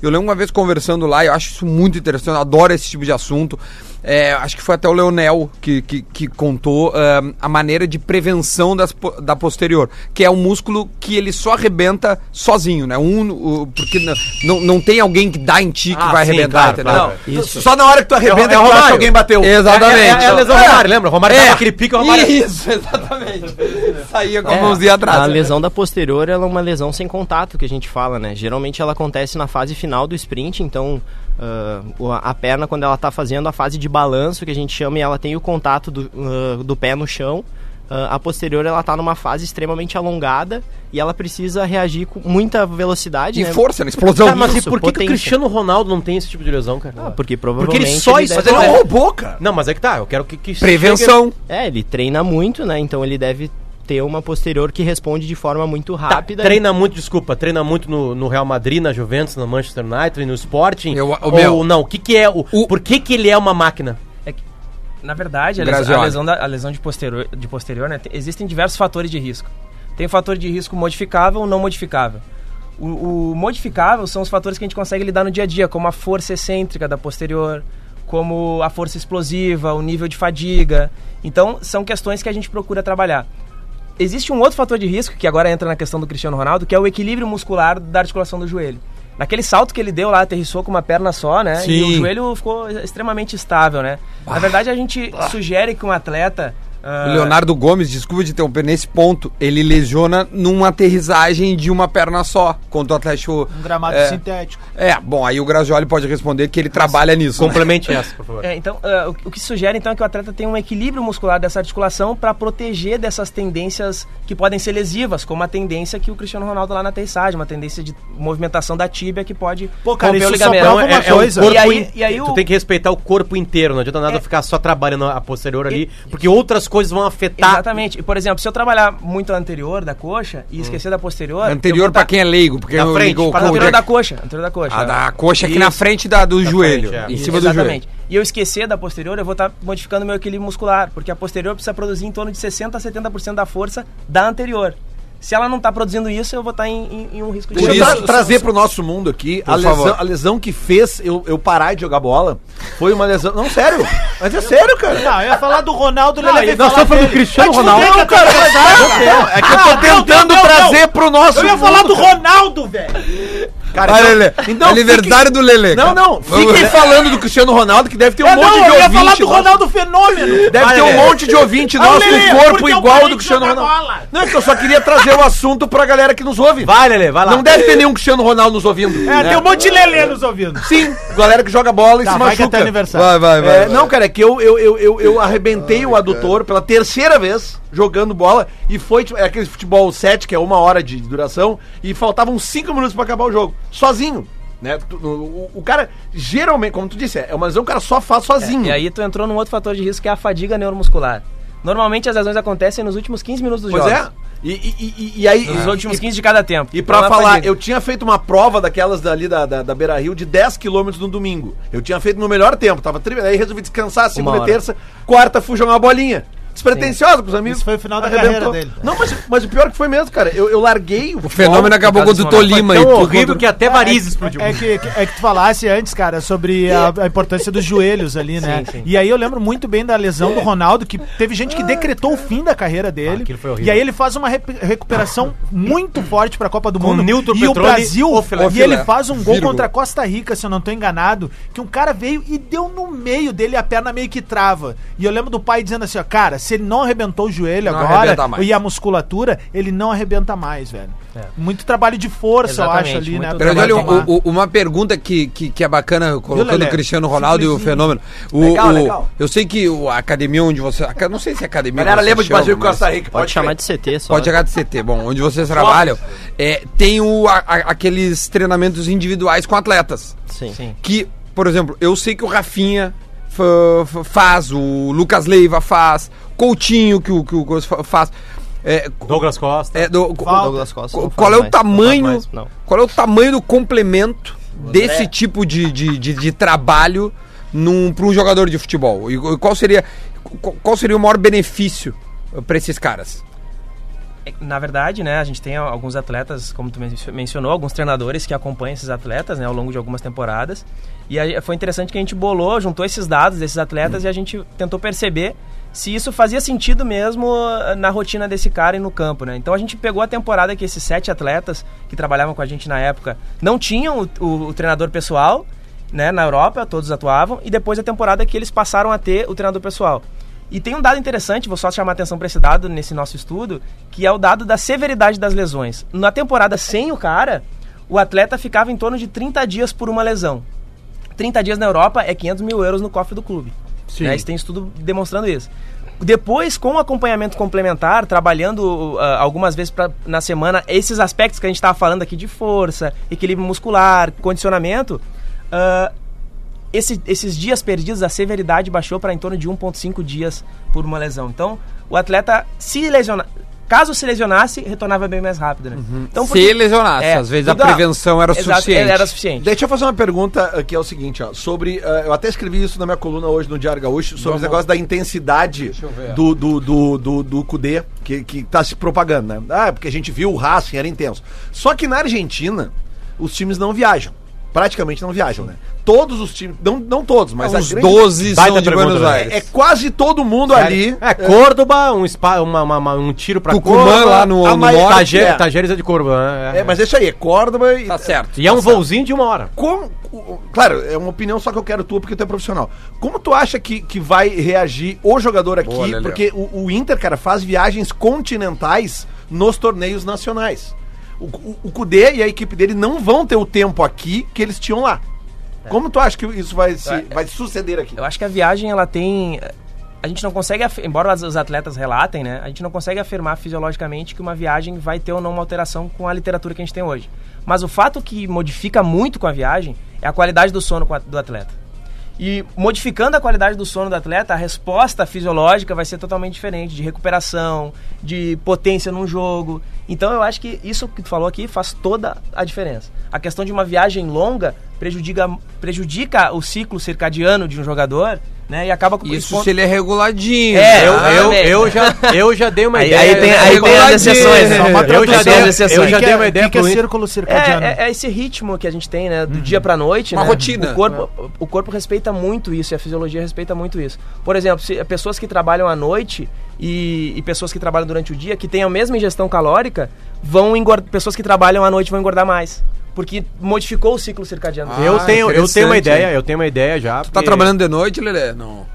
Speaker 3: Eu lembro uma vez conversando lá, eu acho isso muito interessante, eu adoro esse tipo de assunto. É, acho que foi até o Leonel que, que, que contou ahm, a maneira de prevenção das, po- da posterior, que é um músculo que ele só arrebenta sozinho, né? Um, o- porque n- não, não tem alguém que dá em ti que
Speaker 4: Ah,
Speaker 3: vai
Speaker 4: sim,
Speaker 3: arrebentar,
Speaker 4: claro,
Speaker 3: entendeu?
Speaker 4: claro.
Speaker 3: Tu- Só na hora que tu arrebenta
Speaker 4: É o- é o
Speaker 3: que tu acha
Speaker 4: Romário.
Speaker 3: que alguém bateu. Exatamente.
Speaker 4: É, é, é a lesão do Romário, lembra? O Romário
Speaker 3: É.
Speaker 4: dava aquele pique, o Romário...
Speaker 3: Isso, exatamente. Saía com a
Speaker 8: É,
Speaker 3: mãozinha atrás.
Speaker 8: A lesão da posterior ela é uma lesão sem contato que a gente fala, né? Geralmente ela acontece na fase final do sprint, então ah, o- a perna quando ela está fazendo a fase de balanço que a gente chama e ela tem o contato do, ah, do pé no chão. ah, a posterior ela está numa fase extremamente alongada e ela precisa reagir com muita velocidade,
Speaker 3: E
Speaker 8: né?
Speaker 3: força, né? Explosão.
Speaker 4: Tá, mas e
Speaker 8: Isso,
Speaker 4: por que, que o
Speaker 8: potência.
Speaker 4: Cristiano Ronaldo não tem esse tipo de lesão, cara?
Speaker 8: Ah, porque
Speaker 4: Porque
Speaker 8: provavelmente
Speaker 4: ele só
Speaker 8: ele deve-
Speaker 4: explora-
Speaker 3: não roubou, cara.
Speaker 4: Não, mas é que tá, eu quero que... que
Speaker 3: Prevenção.
Speaker 8: É, ele treina muito, né? Então ele deve ter uma posterior que responde de forma muito
Speaker 4: Tá,
Speaker 8: rápida.
Speaker 4: treina muito, desculpa, treina muito no, no Real Madrid, na Juventus, no Manchester United, no Sporting.
Speaker 3: Eu- o
Speaker 4: ou
Speaker 3: meu-
Speaker 4: não, o que que é o,
Speaker 3: O-
Speaker 4: Por que que ele é uma máquina?
Speaker 7: É que, na verdade, a, les-
Speaker 3: Grazioli.
Speaker 7: a lesão, da- a lesão de posterior, de posterior né, te- existem diversos fatores de risco. Tem o fator de risco modificável ou não modificável. O, o modificável são os fatores que a gente consegue lidar no dia a dia, como a força excêntrica da posterior, como a força explosiva, o nível de fadiga. Então, são questões que a gente procura trabalhar. Existe um outro fator de risco, que agora entra na questão do Cristiano Ronaldo, que é o equilíbrio muscular da articulação do joelho. Naquele salto que ele deu lá, aterrissou com uma perna só, né? E
Speaker 3: Sim.
Speaker 7: o joelho ficou extremamente estável, né? Na verdade, a gente sugere que um atleta. ah,
Speaker 3: O Leonardo Gomes, desculpa de interromper, nesse ponto, ele lesiona numa aterrissagem de uma perna só, contra o Atlético...
Speaker 9: Um gramado
Speaker 3: é,
Speaker 9: sintético.
Speaker 3: É, bom, aí o Grazioli pode responder que ele trabalha nisso. né?
Speaker 4: Complemente essa, por favor.
Speaker 7: É, então, ah, o, o que se sugere então é que o atleta tenha um equilíbrio muscular dessa articulação para proteger dessas tendências que podem ser lesivas, como a tendência que o Cristiano Ronaldo lá na aterrissagem, uma tendência de movimentação da tíbia que pode
Speaker 9: Pô, cara,
Speaker 7: romper o
Speaker 9: isso só
Speaker 7: ligamento.
Speaker 9: prova
Speaker 7: Então,
Speaker 9: uma
Speaker 7: é- é um
Speaker 9: coisa.
Speaker 7: corpo E
Speaker 4: in-
Speaker 7: aí, e aí
Speaker 4: tu
Speaker 7: o,
Speaker 4: tem que respeitar o corpo inteiro, não adianta nada
Speaker 7: É.
Speaker 4: ficar só trabalhando a posterior ali, porque outras coisas vão afetar.
Speaker 7: Exatamente. E, por exemplo, se eu trabalhar muito a anterior da coxa e esquecer da posterior. eu
Speaker 3: Anterior
Speaker 7: vou tá-
Speaker 3: pra quem é leigo, porque...
Speaker 4: Na
Speaker 3: eu-
Speaker 4: frente,
Speaker 3: o-
Speaker 4: para
Speaker 7: Para
Speaker 4: a
Speaker 3: o-
Speaker 7: anterior da coxa. Anterior da coxa.
Speaker 3: a
Speaker 7: é.
Speaker 3: da coxa aqui na
Speaker 7: Isso.
Speaker 3: frente da, do joelho,
Speaker 4: frente, é.
Speaker 3: em
Speaker 7: Isso,
Speaker 3: cima
Speaker 7: Exatamente.
Speaker 3: do joelho.
Speaker 7: E eu esquecer da posterior, eu vou estar modificando meu equilíbrio muscular, porque a posterior precisa produzir em torno de 60% a 70% da força da anterior. Se ela não está produzindo isso, eu vou estar em, em- em um risco
Speaker 5: Deixa
Speaker 7: de
Speaker 5: eu tra- trazer pro nosso mundo aqui a
Speaker 3: Por favor.
Speaker 5: lesão, a lesão que fez eu, eu parar de jogar bola. Foi uma lesão. Não, sério. Mas é sério, cara.
Speaker 9: Não, eu ia falar do Ronaldo, né? ele veio falar dele.
Speaker 5: Cristiano
Speaker 9: Ronaldo.
Speaker 5: Não, cara, mas não, não. É que eu tô tentando
Speaker 9: não, não.
Speaker 5: trazer pro nosso.
Speaker 9: Eu ia falar
Speaker 5: mundo,
Speaker 9: do
Speaker 5: cara.
Speaker 9: Ronaldo, velho.
Speaker 5: Cara,
Speaker 3: Olha,
Speaker 5: então-
Speaker 3: Lelê,
Speaker 5: então
Speaker 3: aniversário do Lelê.
Speaker 5: Não,
Speaker 3: cara.
Speaker 5: não. Fiquem falando do Cristiano Ronaldo, que deve ter um
Speaker 9: É,
Speaker 5: monte
Speaker 9: não,
Speaker 5: de
Speaker 9: eu ia
Speaker 5: ouvinte.
Speaker 9: falar do
Speaker 5: nosso.
Speaker 9: Ronaldo Fenômeno.
Speaker 5: Deve ter um monte de ouvinte nosso
Speaker 9: Lelê,
Speaker 5: com
Speaker 9: porque é
Speaker 5: corpo
Speaker 9: eu
Speaker 5: igual
Speaker 9: parei
Speaker 5: ao do
Speaker 9: de
Speaker 5: Cristiano
Speaker 9: jogar
Speaker 5: Ronaldo.
Speaker 9: bola.
Speaker 5: Não, é que eu só queria trazer o assunto pra galera que nos ouve.
Speaker 4: Vai, Lelê, vai lá.
Speaker 5: Não deve ter nenhum Cristiano Ronaldo nos ouvindo. Né?
Speaker 9: É, tem um monte de Lelê nos ouvindo.
Speaker 5: Sim, galera Tá, que joga bola e se
Speaker 9: vai que é teu
Speaker 5: machuca.
Speaker 9: aniversário.
Speaker 3: Vai, vai, vai.
Speaker 5: É, não, cara, é que eu, eu, eu, eu, eu arrebentei o adutor pela terceira vez jogando bola e foi tipo, é aquele futebol 7, que é uma hora de duração, e faltavam cinco minutos pra acabar o jogo, sozinho. Né? Tu- O, o- o cara, geralmente, como tu disse, é uma lesão que o cara só faz sozinho.
Speaker 7: É, E aí tu entrou num outro fator de risco que é a fadiga neuromuscular. Normalmente as lesões acontecem nos últimos 15 minutos dos
Speaker 5: Pois
Speaker 7: jogos.
Speaker 5: é. E, e- e- e aí.
Speaker 7: Nos
Speaker 5: e-
Speaker 7: últimos
Speaker 5: e-
Speaker 7: 15 de cada tempo.
Speaker 5: E pra
Speaker 7: Não é
Speaker 5: falar,
Speaker 7: fadiga.
Speaker 5: eu tinha feito uma prova daquelas dali da, da, da Beira Rio de 10 km no domingo. Eu tinha feito no melhor tempo, tava tri... aí resolvi descansar segunda e
Speaker 8: hora.
Speaker 5: terça, quarta fui jogar uma bolinha. Despretensiosa pros amigos.
Speaker 9: Isso foi o final da carreira dele.
Speaker 5: Não, mas, mas o pior que foi mesmo, cara. Eu, eu larguei o
Speaker 3: O fenômeno é acabou com o do Tolima
Speaker 4: Tão
Speaker 3: tu-
Speaker 4: horrível que até varizes explodiu.
Speaker 9: É que, é que tu falasse antes, cara, sobre a, a importância dos joelhos ali, né? E aí eu lembro muito bem da lesão do Ronaldo, que teve gente que decretou o fim da carreira dele.
Speaker 4: Ah, aquilo foi horrível.
Speaker 9: e aí ele faz uma rep- recuperação muito forte pra Copa do
Speaker 4: Com
Speaker 9: Mundo.
Speaker 4: Nilton
Speaker 9: e o
Speaker 4: Petrone,
Speaker 9: Brasil.
Speaker 4: o filé.
Speaker 9: E ele faz um gol
Speaker 3: Vírgula.
Speaker 9: contra a Costa Rica, se eu não tô enganado, que um cara veio e deu no meio dele a perna meio que trava. E eu lembro do pai dizendo assim, ó, cara, se ele não arrebentou o joelho
Speaker 3: Não
Speaker 9: agora
Speaker 3: arrebenta mais.
Speaker 9: e a musculatura, ele não arrebenta mais, velho.
Speaker 4: É.
Speaker 9: Muito trabalho de força, eu acho,
Speaker 7: Exatamente,
Speaker 9: ali, né?
Speaker 7: muito
Speaker 9: pra
Speaker 3: Peraí, olha,
Speaker 9: tomar.
Speaker 3: o- o- uma pergunta que, que, que é bacana, colocando
Speaker 9: Lelé?
Speaker 3: o Cristiano Ronaldo e o
Speaker 9: Simplesinho.
Speaker 3: fenômeno. O,
Speaker 5: Legal,
Speaker 3: o-
Speaker 5: legal.
Speaker 3: Eu sei que o- a academia onde você. aca- Não sei se é academia.
Speaker 5: Galera,
Speaker 3: onde
Speaker 5: lembra
Speaker 3: você
Speaker 5: de Brasil
Speaker 3: chama,
Speaker 5: com Costa
Speaker 3: mas-
Speaker 5: Rica.
Speaker 8: Pode chamar de CT só. né?
Speaker 3: Pode chegar de CT, bom, onde vocês trabalham, é, tem o, a- a- aqueles treinamentos individuais com atletas.
Speaker 8: Sim. Sim.
Speaker 3: Que, por exemplo, eu sei que o Rafinha fa- fa- faz, o Lucas Leiva faz, Coutinho que o que o Coisa fa- faz. É,
Speaker 4: Douglas Costa.
Speaker 3: é, do- co-
Speaker 8: O Douglas Costa
Speaker 3: co-
Speaker 8: não
Speaker 3: qual
Speaker 8: faz
Speaker 3: é o
Speaker 8: mais, não faz
Speaker 3: tamanho?
Speaker 8: mais, não.
Speaker 3: Qual é o tamanho do complemento desse tipo de, de, de, de trabalho para um jogador de futebol? E qu- qual seria qu- qual seria o maior benefício para esses caras?
Speaker 7: Na verdade, né, a gente tem alguns atletas, como tu men- mencionou, alguns treinadores que acompanham esses atletas, né, ao longo de algumas temporadas. E aí foi interessante que a gente bolou, juntou esses dados desses atletas e a gente tentou perceber se isso fazia sentido mesmo ah, na rotina desse cara e no campo, né? Então a gente pegou a temporada que esses sete atletas que trabalhavam com a gente na época não tinham o- o- o treinador pessoal, né, na Europa, todos atuavam, e depois a temporada que eles passaram a ter o treinador pessoal. E tem um dado interessante, vou só chamar a atenção para esse dado nesse nosso estudo, que é o dado da severidade das lesões. Na temporada sem o cara, o atleta ficava em torno de 30 dias por uma lesão. 30 dias na Europa é 500 mil euros no cofre do clube. Né? Isso tem estudo demonstrando isso. Depois, com o acompanhamento complementar, trabalhando ah, algumas vezes pra- na semana, esses aspectos que a gente estava falando aqui de força, equilíbrio muscular, condicionamento, ah, esse- esses dias perdidos, a severidade baixou para em torno de 1,5 dias por uma lesão. Então, o atleta se lesionar. Caso se lesionasse, retornava bem mais rápido, né? Então,
Speaker 3: Uhum. Se lesionasse, às vezes a
Speaker 7: tudo-
Speaker 3: prevenção era suficiente.
Speaker 7: Era suficiente.
Speaker 5: Deixa eu fazer uma pergunta eh, que é o seguinte, ó, sobre. eh, eu até escrevi isso na minha coluna hoje no Diário Gaúcho, sobre os negócios da intensidade do, do, do, do, do Kudê, que, que tá se propagando, né? Ah, porque a gente viu o Racing, era intenso. Só que na Argentina, os times não viajam. Praticamente não viajam, né? Todos os times, não, não todos, mas
Speaker 3: Os
Speaker 5: grande-
Speaker 3: 12
Speaker 4: Baita
Speaker 3: são de
Speaker 4: pergunta,
Speaker 3: Buenos
Speaker 4: né?
Speaker 3: Aires.
Speaker 5: É, é quase todo mundo ali.
Speaker 4: É, Córdoba, um, spa, uma, uma- uma- um tiro pra
Speaker 3: Tucumã, lá no-
Speaker 5: a
Speaker 3: no
Speaker 5: maioria-
Speaker 3: norte.
Speaker 4: Taje-
Speaker 5: é.
Speaker 4: Tajeres é de Córdoba, né?
Speaker 5: É, mas é isso aí, é Córdoba e.
Speaker 3: Tá certo.
Speaker 4: E é um voozinho de uma hora.
Speaker 5: Como, o- claro, é uma opinião só que eu quero tua, porque tu é profissional. Como tu acha que, que vai reagir o jogador aqui?
Speaker 3: Boa, Lelê.
Speaker 5: porque o, o Inter, cara, faz viagens continentais nos torneios nacionais. O, o, o Kudê e a equipe dele não vão ter o tempo aqui que eles tinham lá. Como tu acha que isso vai, se, vai suceder aqui?
Speaker 7: Eu acho que a viagem ela tem. A gente não consegue, af- embora as- os atletas relatem, né? A gente não consegue afirmar fisiologicamente que uma viagem vai ter ou não uma alteração com a literatura que a gente tem hoje. Mas o fato que modifica muito com a viagem é a qualidade do sono com a- do atleta. E modificando a qualidade do sono do atleta, a resposta fisiológica vai ser totalmente diferente, de recuperação, de potência num jogo. Então eu acho que isso que tu falou aqui faz toda a diferença. A questão de uma viagem longa prejudica, prejudica o ciclo circadiano de um jogador, né? E acaba com
Speaker 3: Isso
Speaker 7: expondo-
Speaker 3: se ele é reguladinho.
Speaker 7: É,
Speaker 4: Eu,
Speaker 3: né?
Speaker 4: eu,
Speaker 7: também.
Speaker 4: eu, já, eu já dei uma
Speaker 7: Aí-
Speaker 4: ideia.
Speaker 7: aí tem-
Speaker 4: né?
Speaker 7: aí tem as exceções,
Speaker 4: né?
Speaker 7: só uma
Speaker 4: Eu já
Speaker 7: tradução
Speaker 4: dei,
Speaker 7: das
Speaker 4: eu
Speaker 7: exceções.
Speaker 4: já
Speaker 9: que
Speaker 4: dei
Speaker 9: é-
Speaker 4: uma ideia
Speaker 9: que é
Speaker 4: pro Inter.
Speaker 9: círculo circadiano.
Speaker 7: É, é, é esse ritmo que a gente tem, né? Do dia pra noite,
Speaker 3: Uma
Speaker 7: né?
Speaker 3: rotina.
Speaker 7: O corpo, o corpo respeita muito isso e a fisiologia respeita muito isso. Por exemplo, se, pessoas que trabalham à noite e, e pessoas que trabalham durante o dia, que têm a mesma ingestão calórica, vão engordar. Pessoas que trabalham à noite vão engordar mais. Porque modificou o ciclo circadiano.
Speaker 3: Ah,
Speaker 4: Eu tenho, eu tenho
Speaker 3: interessante,
Speaker 4: uma ideia,
Speaker 3: hein?
Speaker 4: eu tenho uma ideia já.
Speaker 3: Tá trabalhando de noite, Lelê? Não.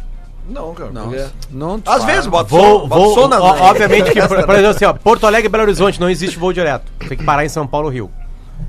Speaker 5: Não, cara.
Speaker 3: Não.
Speaker 5: porque-
Speaker 3: não tá. tu
Speaker 5: Às
Speaker 3: fala.
Speaker 5: vezes, bota
Speaker 4: Vou,
Speaker 5: som- bota
Speaker 4: vou,
Speaker 5: som nas-
Speaker 4: ó, obviamente que, por, por exemplo, assim, ó, Porto Alegre e Belo Horizonte não existe voo direto. Tem que parar em São Paulo, Rio.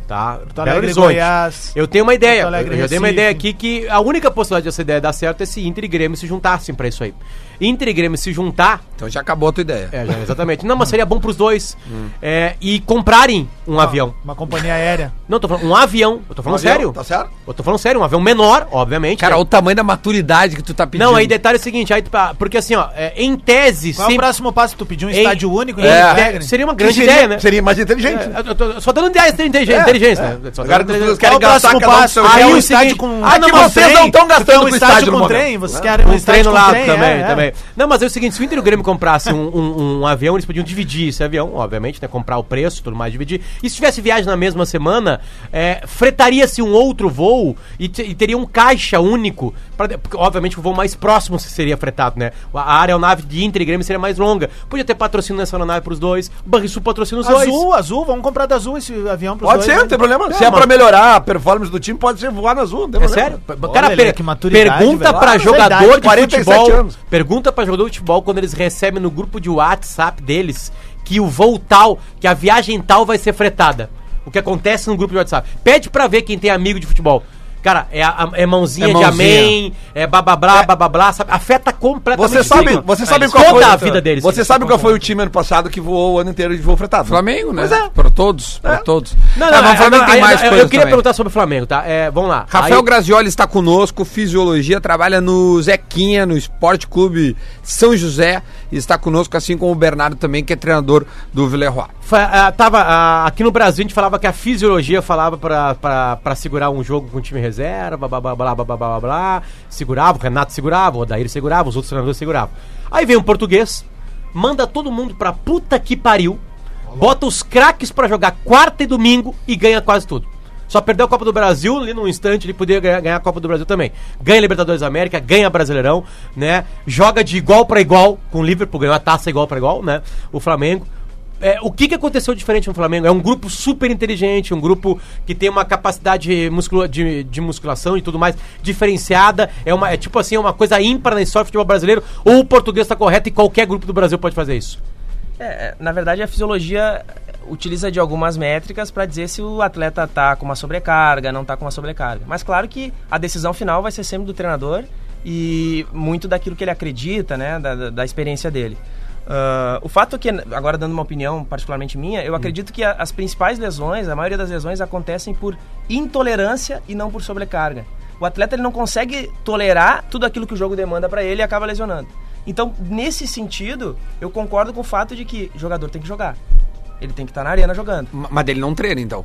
Speaker 4: tá?
Speaker 9: Porto Alegre, Goiás.
Speaker 4: Eu tenho uma ideia,
Speaker 9: Porto Alegre,
Speaker 4: eu já dei uma
Speaker 9: Recife.
Speaker 4: ideia aqui que a única possibilidade dessa ideia dar certo é se Inter e Grêmio se juntassem pra isso aí. Inter e Grêmio se juntar,
Speaker 3: Então já acabou a tua ideia.
Speaker 4: é, já, exatamente. Não, mas seria bom pros dois. É, e comprarem um avião.
Speaker 9: Uma companhia aérea.
Speaker 4: Não, tô falando um avião. Eu tô falando
Speaker 5: Avião,
Speaker 4: sério.
Speaker 5: Tá certo?
Speaker 4: Eu tô falando sério, um avião menor, obviamente.
Speaker 3: Cara,
Speaker 4: né?
Speaker 3: olha o tamanho da maturidade que tu tá pedindo.
Speaker 4: Não, aí detalhe é o seguinte, aí, tu pa- porque assim, ó, é, em tese,
Speaker 9: Qual é o próximo passo? Tu pediu um
Speaker 4: Ei,
Speaker 9: estádio único em
Speaker 4: em
Speaker 9: Porto
Speaker 4: te-
Speaker 9: Alegre?
Speaker 4: seria uma grande
Speaker 5: seria,
Speaker 4: ideia, né?
Speaker 5: Seria mais inteligente. né?
Speaker 4: É, eu tô- eu só dando ideia de
Speaker 9: É.
Speaker 4: inteligência, inteligência né? Só
Speaker 5: Agora
Speaker 4: dando
Speaker 5: que as pessoas
Speaker 4: inteligência.
Speaker 5: querem
Speaker 9: Qual o
Speaker 5: gastar
Speaker 9: próximo
Speaker 5: cada um com
Speaker 9: passo?
Speaker 5: seu
Speaker 9: Aí
Speaker 5: jeito.
Speaker 4: o
Speaker 9: um estádio
Speaker 4: seguinte-
Speaker 9: com.
Speaker 5: Ah, que
Speaker 9: mas
Speaker 5: vocês
Speaker 9: trem.
Speaker 5: não tão
Speaker 9: Tu quer
Speaker 5: gastando
Speaker 9: um
Speaker 5: com estádio
Speaker 9: estádio
Speaker 5: no
Speaker 9: com trem. Vocês querem
Speaker 4: Um
Speaker 9: um
Speaker 4: trem
Speaker 9: estádio
Speaker 4: no
Speaker 9: com
Speaker 4: lado
Speaker 9: trem.
Speaker 4: também,
Speaker 9: é, é.
Speaker 4: também. Não, mas é o seguinte, se o Inter e o Grêmio comprassem um, um- um avião, eles podiam dividir esse avião, obviamente, né? Comprar o preço, tudo mais, dividir. E se tivesse viagem na mesma semana, é, fretaria-se um outro voo e, te- e teria um caixa único. pra de- porque, obviamente, o voo mais próximo seria fretado, né? A aeronave de Inter e Grêmio seria mais longa. Podia ter patrocínio nessa aeronave pros dois. O Banrisul patrocina os dois.
Speaker 9: Azul, azul, vamos comprar da azul esse avião pros
Speaker 5: Pode
Speaker 9: dois,
Speaker 5: ser,
Speaker 9: né?
Speaker 5: não tem problema. Se é
Speaker 4: mano.
Speaker 5: pra melhorar a performance do time, pode ser voar na azul, não tem
Speaker 4: É
Speaker 5: problema.
Speaker 4: sério? Cara,
Speaker 9: Lelê,
Speaker 4: per-
Speaker 9: que maturidade,
Speaker 4: pergunta
Speaker 9: velho.
Speaker 4: pra
Speaker 9: Ah,
Speaker 4: jogador de
Speaker 9: verdade,
Speaker 5: 47
Speaker 4: futebol.
Speaker 5: anos.
Speaker 4: Pergunta pra jogador de futebol quando eles recebem no grupo de WhatsApp deles que o voo tal, que a viagem tal vai ser fretada. O que acontece no grupo de WhatsApp. Pede pra ver quem tem amigo de futebol. Cara, é, a- é mãozinha
Speaker 3: É
Speaker 4: de
Speaker 3: mãozinha.
Speaker 4: amém, é bababrá, babablá, sabe? Afeta completamente
Speaker 5: Você
Speaker 4: o
Speaker 5: sabe,
Speaker 4: clima.
Speaker 5: você sabe
Speaker 4: Eles-
Speaker 5: qual
Speaker 4: toda
Speaker 5: foi
Speaker 4: a vida deles.
Speaker 5: Você sabe qual foi o time ano passado que voou o ano inteiro de voo fretado? né?
Speaker 3: Flamengo, né?
Speaker 5: Pois é.
Speaker 3: Pra todos, pra todos.
Speaker 4: Não,
Speaker 3: Ah,
Speaker 4: não,
Speaker 3: mas
Speaker 4: não,
Speaker 3: o Flamengo
Speaker 4: não,
Speaker 3: tem
Speaker 4: aí-
Speaker 3: mais
Speaker 4: eu, eu
Speaker 3: coisas
Speaker 4: queria
Speaker 3: também.
Speaker 4: perguntar sobre o Flamengo, tá? É, vamos lá.
Speaker 3: Rafael
Speaker 4: Aí-
Speaker 3: Grazioli está conosco, fisiologia, trabalha no Zequinha, no Esporte Clube São José, e está conosco, assim como o Bernardo também, que é treinador do Villeroy.
Speaker 4: Fa- ah, tava, ah, aqui no Brasil a gente falava que a fisiologia falava pra, pra, pra segurar um jogo com o time reserva, blá blá blá blá blá blá blá, blá. Segurava, o Renato segurava, o Odair segurava, os outros treinadores seguravam. Aí vem um português, manda todo mundo pra puta que pariu, bota os craques pra jogar quarta e domingo e ganha quase tudo. Só perdeu a Copa do Brasil ali num instante, ele poderia ganhar, ganhar a Copa do Brasil também. Ganha Libertadores da América, ganha Brasileirão, né? Joga de igual pra igual com o Liverpool, ganhou a taça igual pra igual, né? O Flamengo. É, o que, que aconteceu diferente no Flamengo? É um grupo super inteligente, um grupo que tem uma capacidade muscula- de, de musculação e tudo mais diferenciada. É, uma, é tipo assim, é uma coisa ímpar na história do futebol brasileiro. Ou o português está correto e qualquer grupo do Brasil pode fazer isso.
Speaker 7: É, na verdade, a fisiologia utiliza de algumas métricas para dizer se o atleta está com uma sobrecarga, não está com uma sobrecarga. Mas claro que a decisão final vai ser sempre do treinador e muito daquilo que ele acredita, né, da, da- da experiência dele. Ah, o fato é que, agora dando uma opinião particularmente minha, eu acredito que a- as principais lesões, a maioria das lesões acontecem por intolerância e não por sobrecarga. O atleta ele não consegue tolerar tudo aquilo que o jogo demanda para ele e acaba lesionando. Então, nesse sentido, eu concordo com o fato de que jogador tem que jogar. Ele tem que estar na arena jogando.
Speaker 3: Ma- Mas ele não treina, então.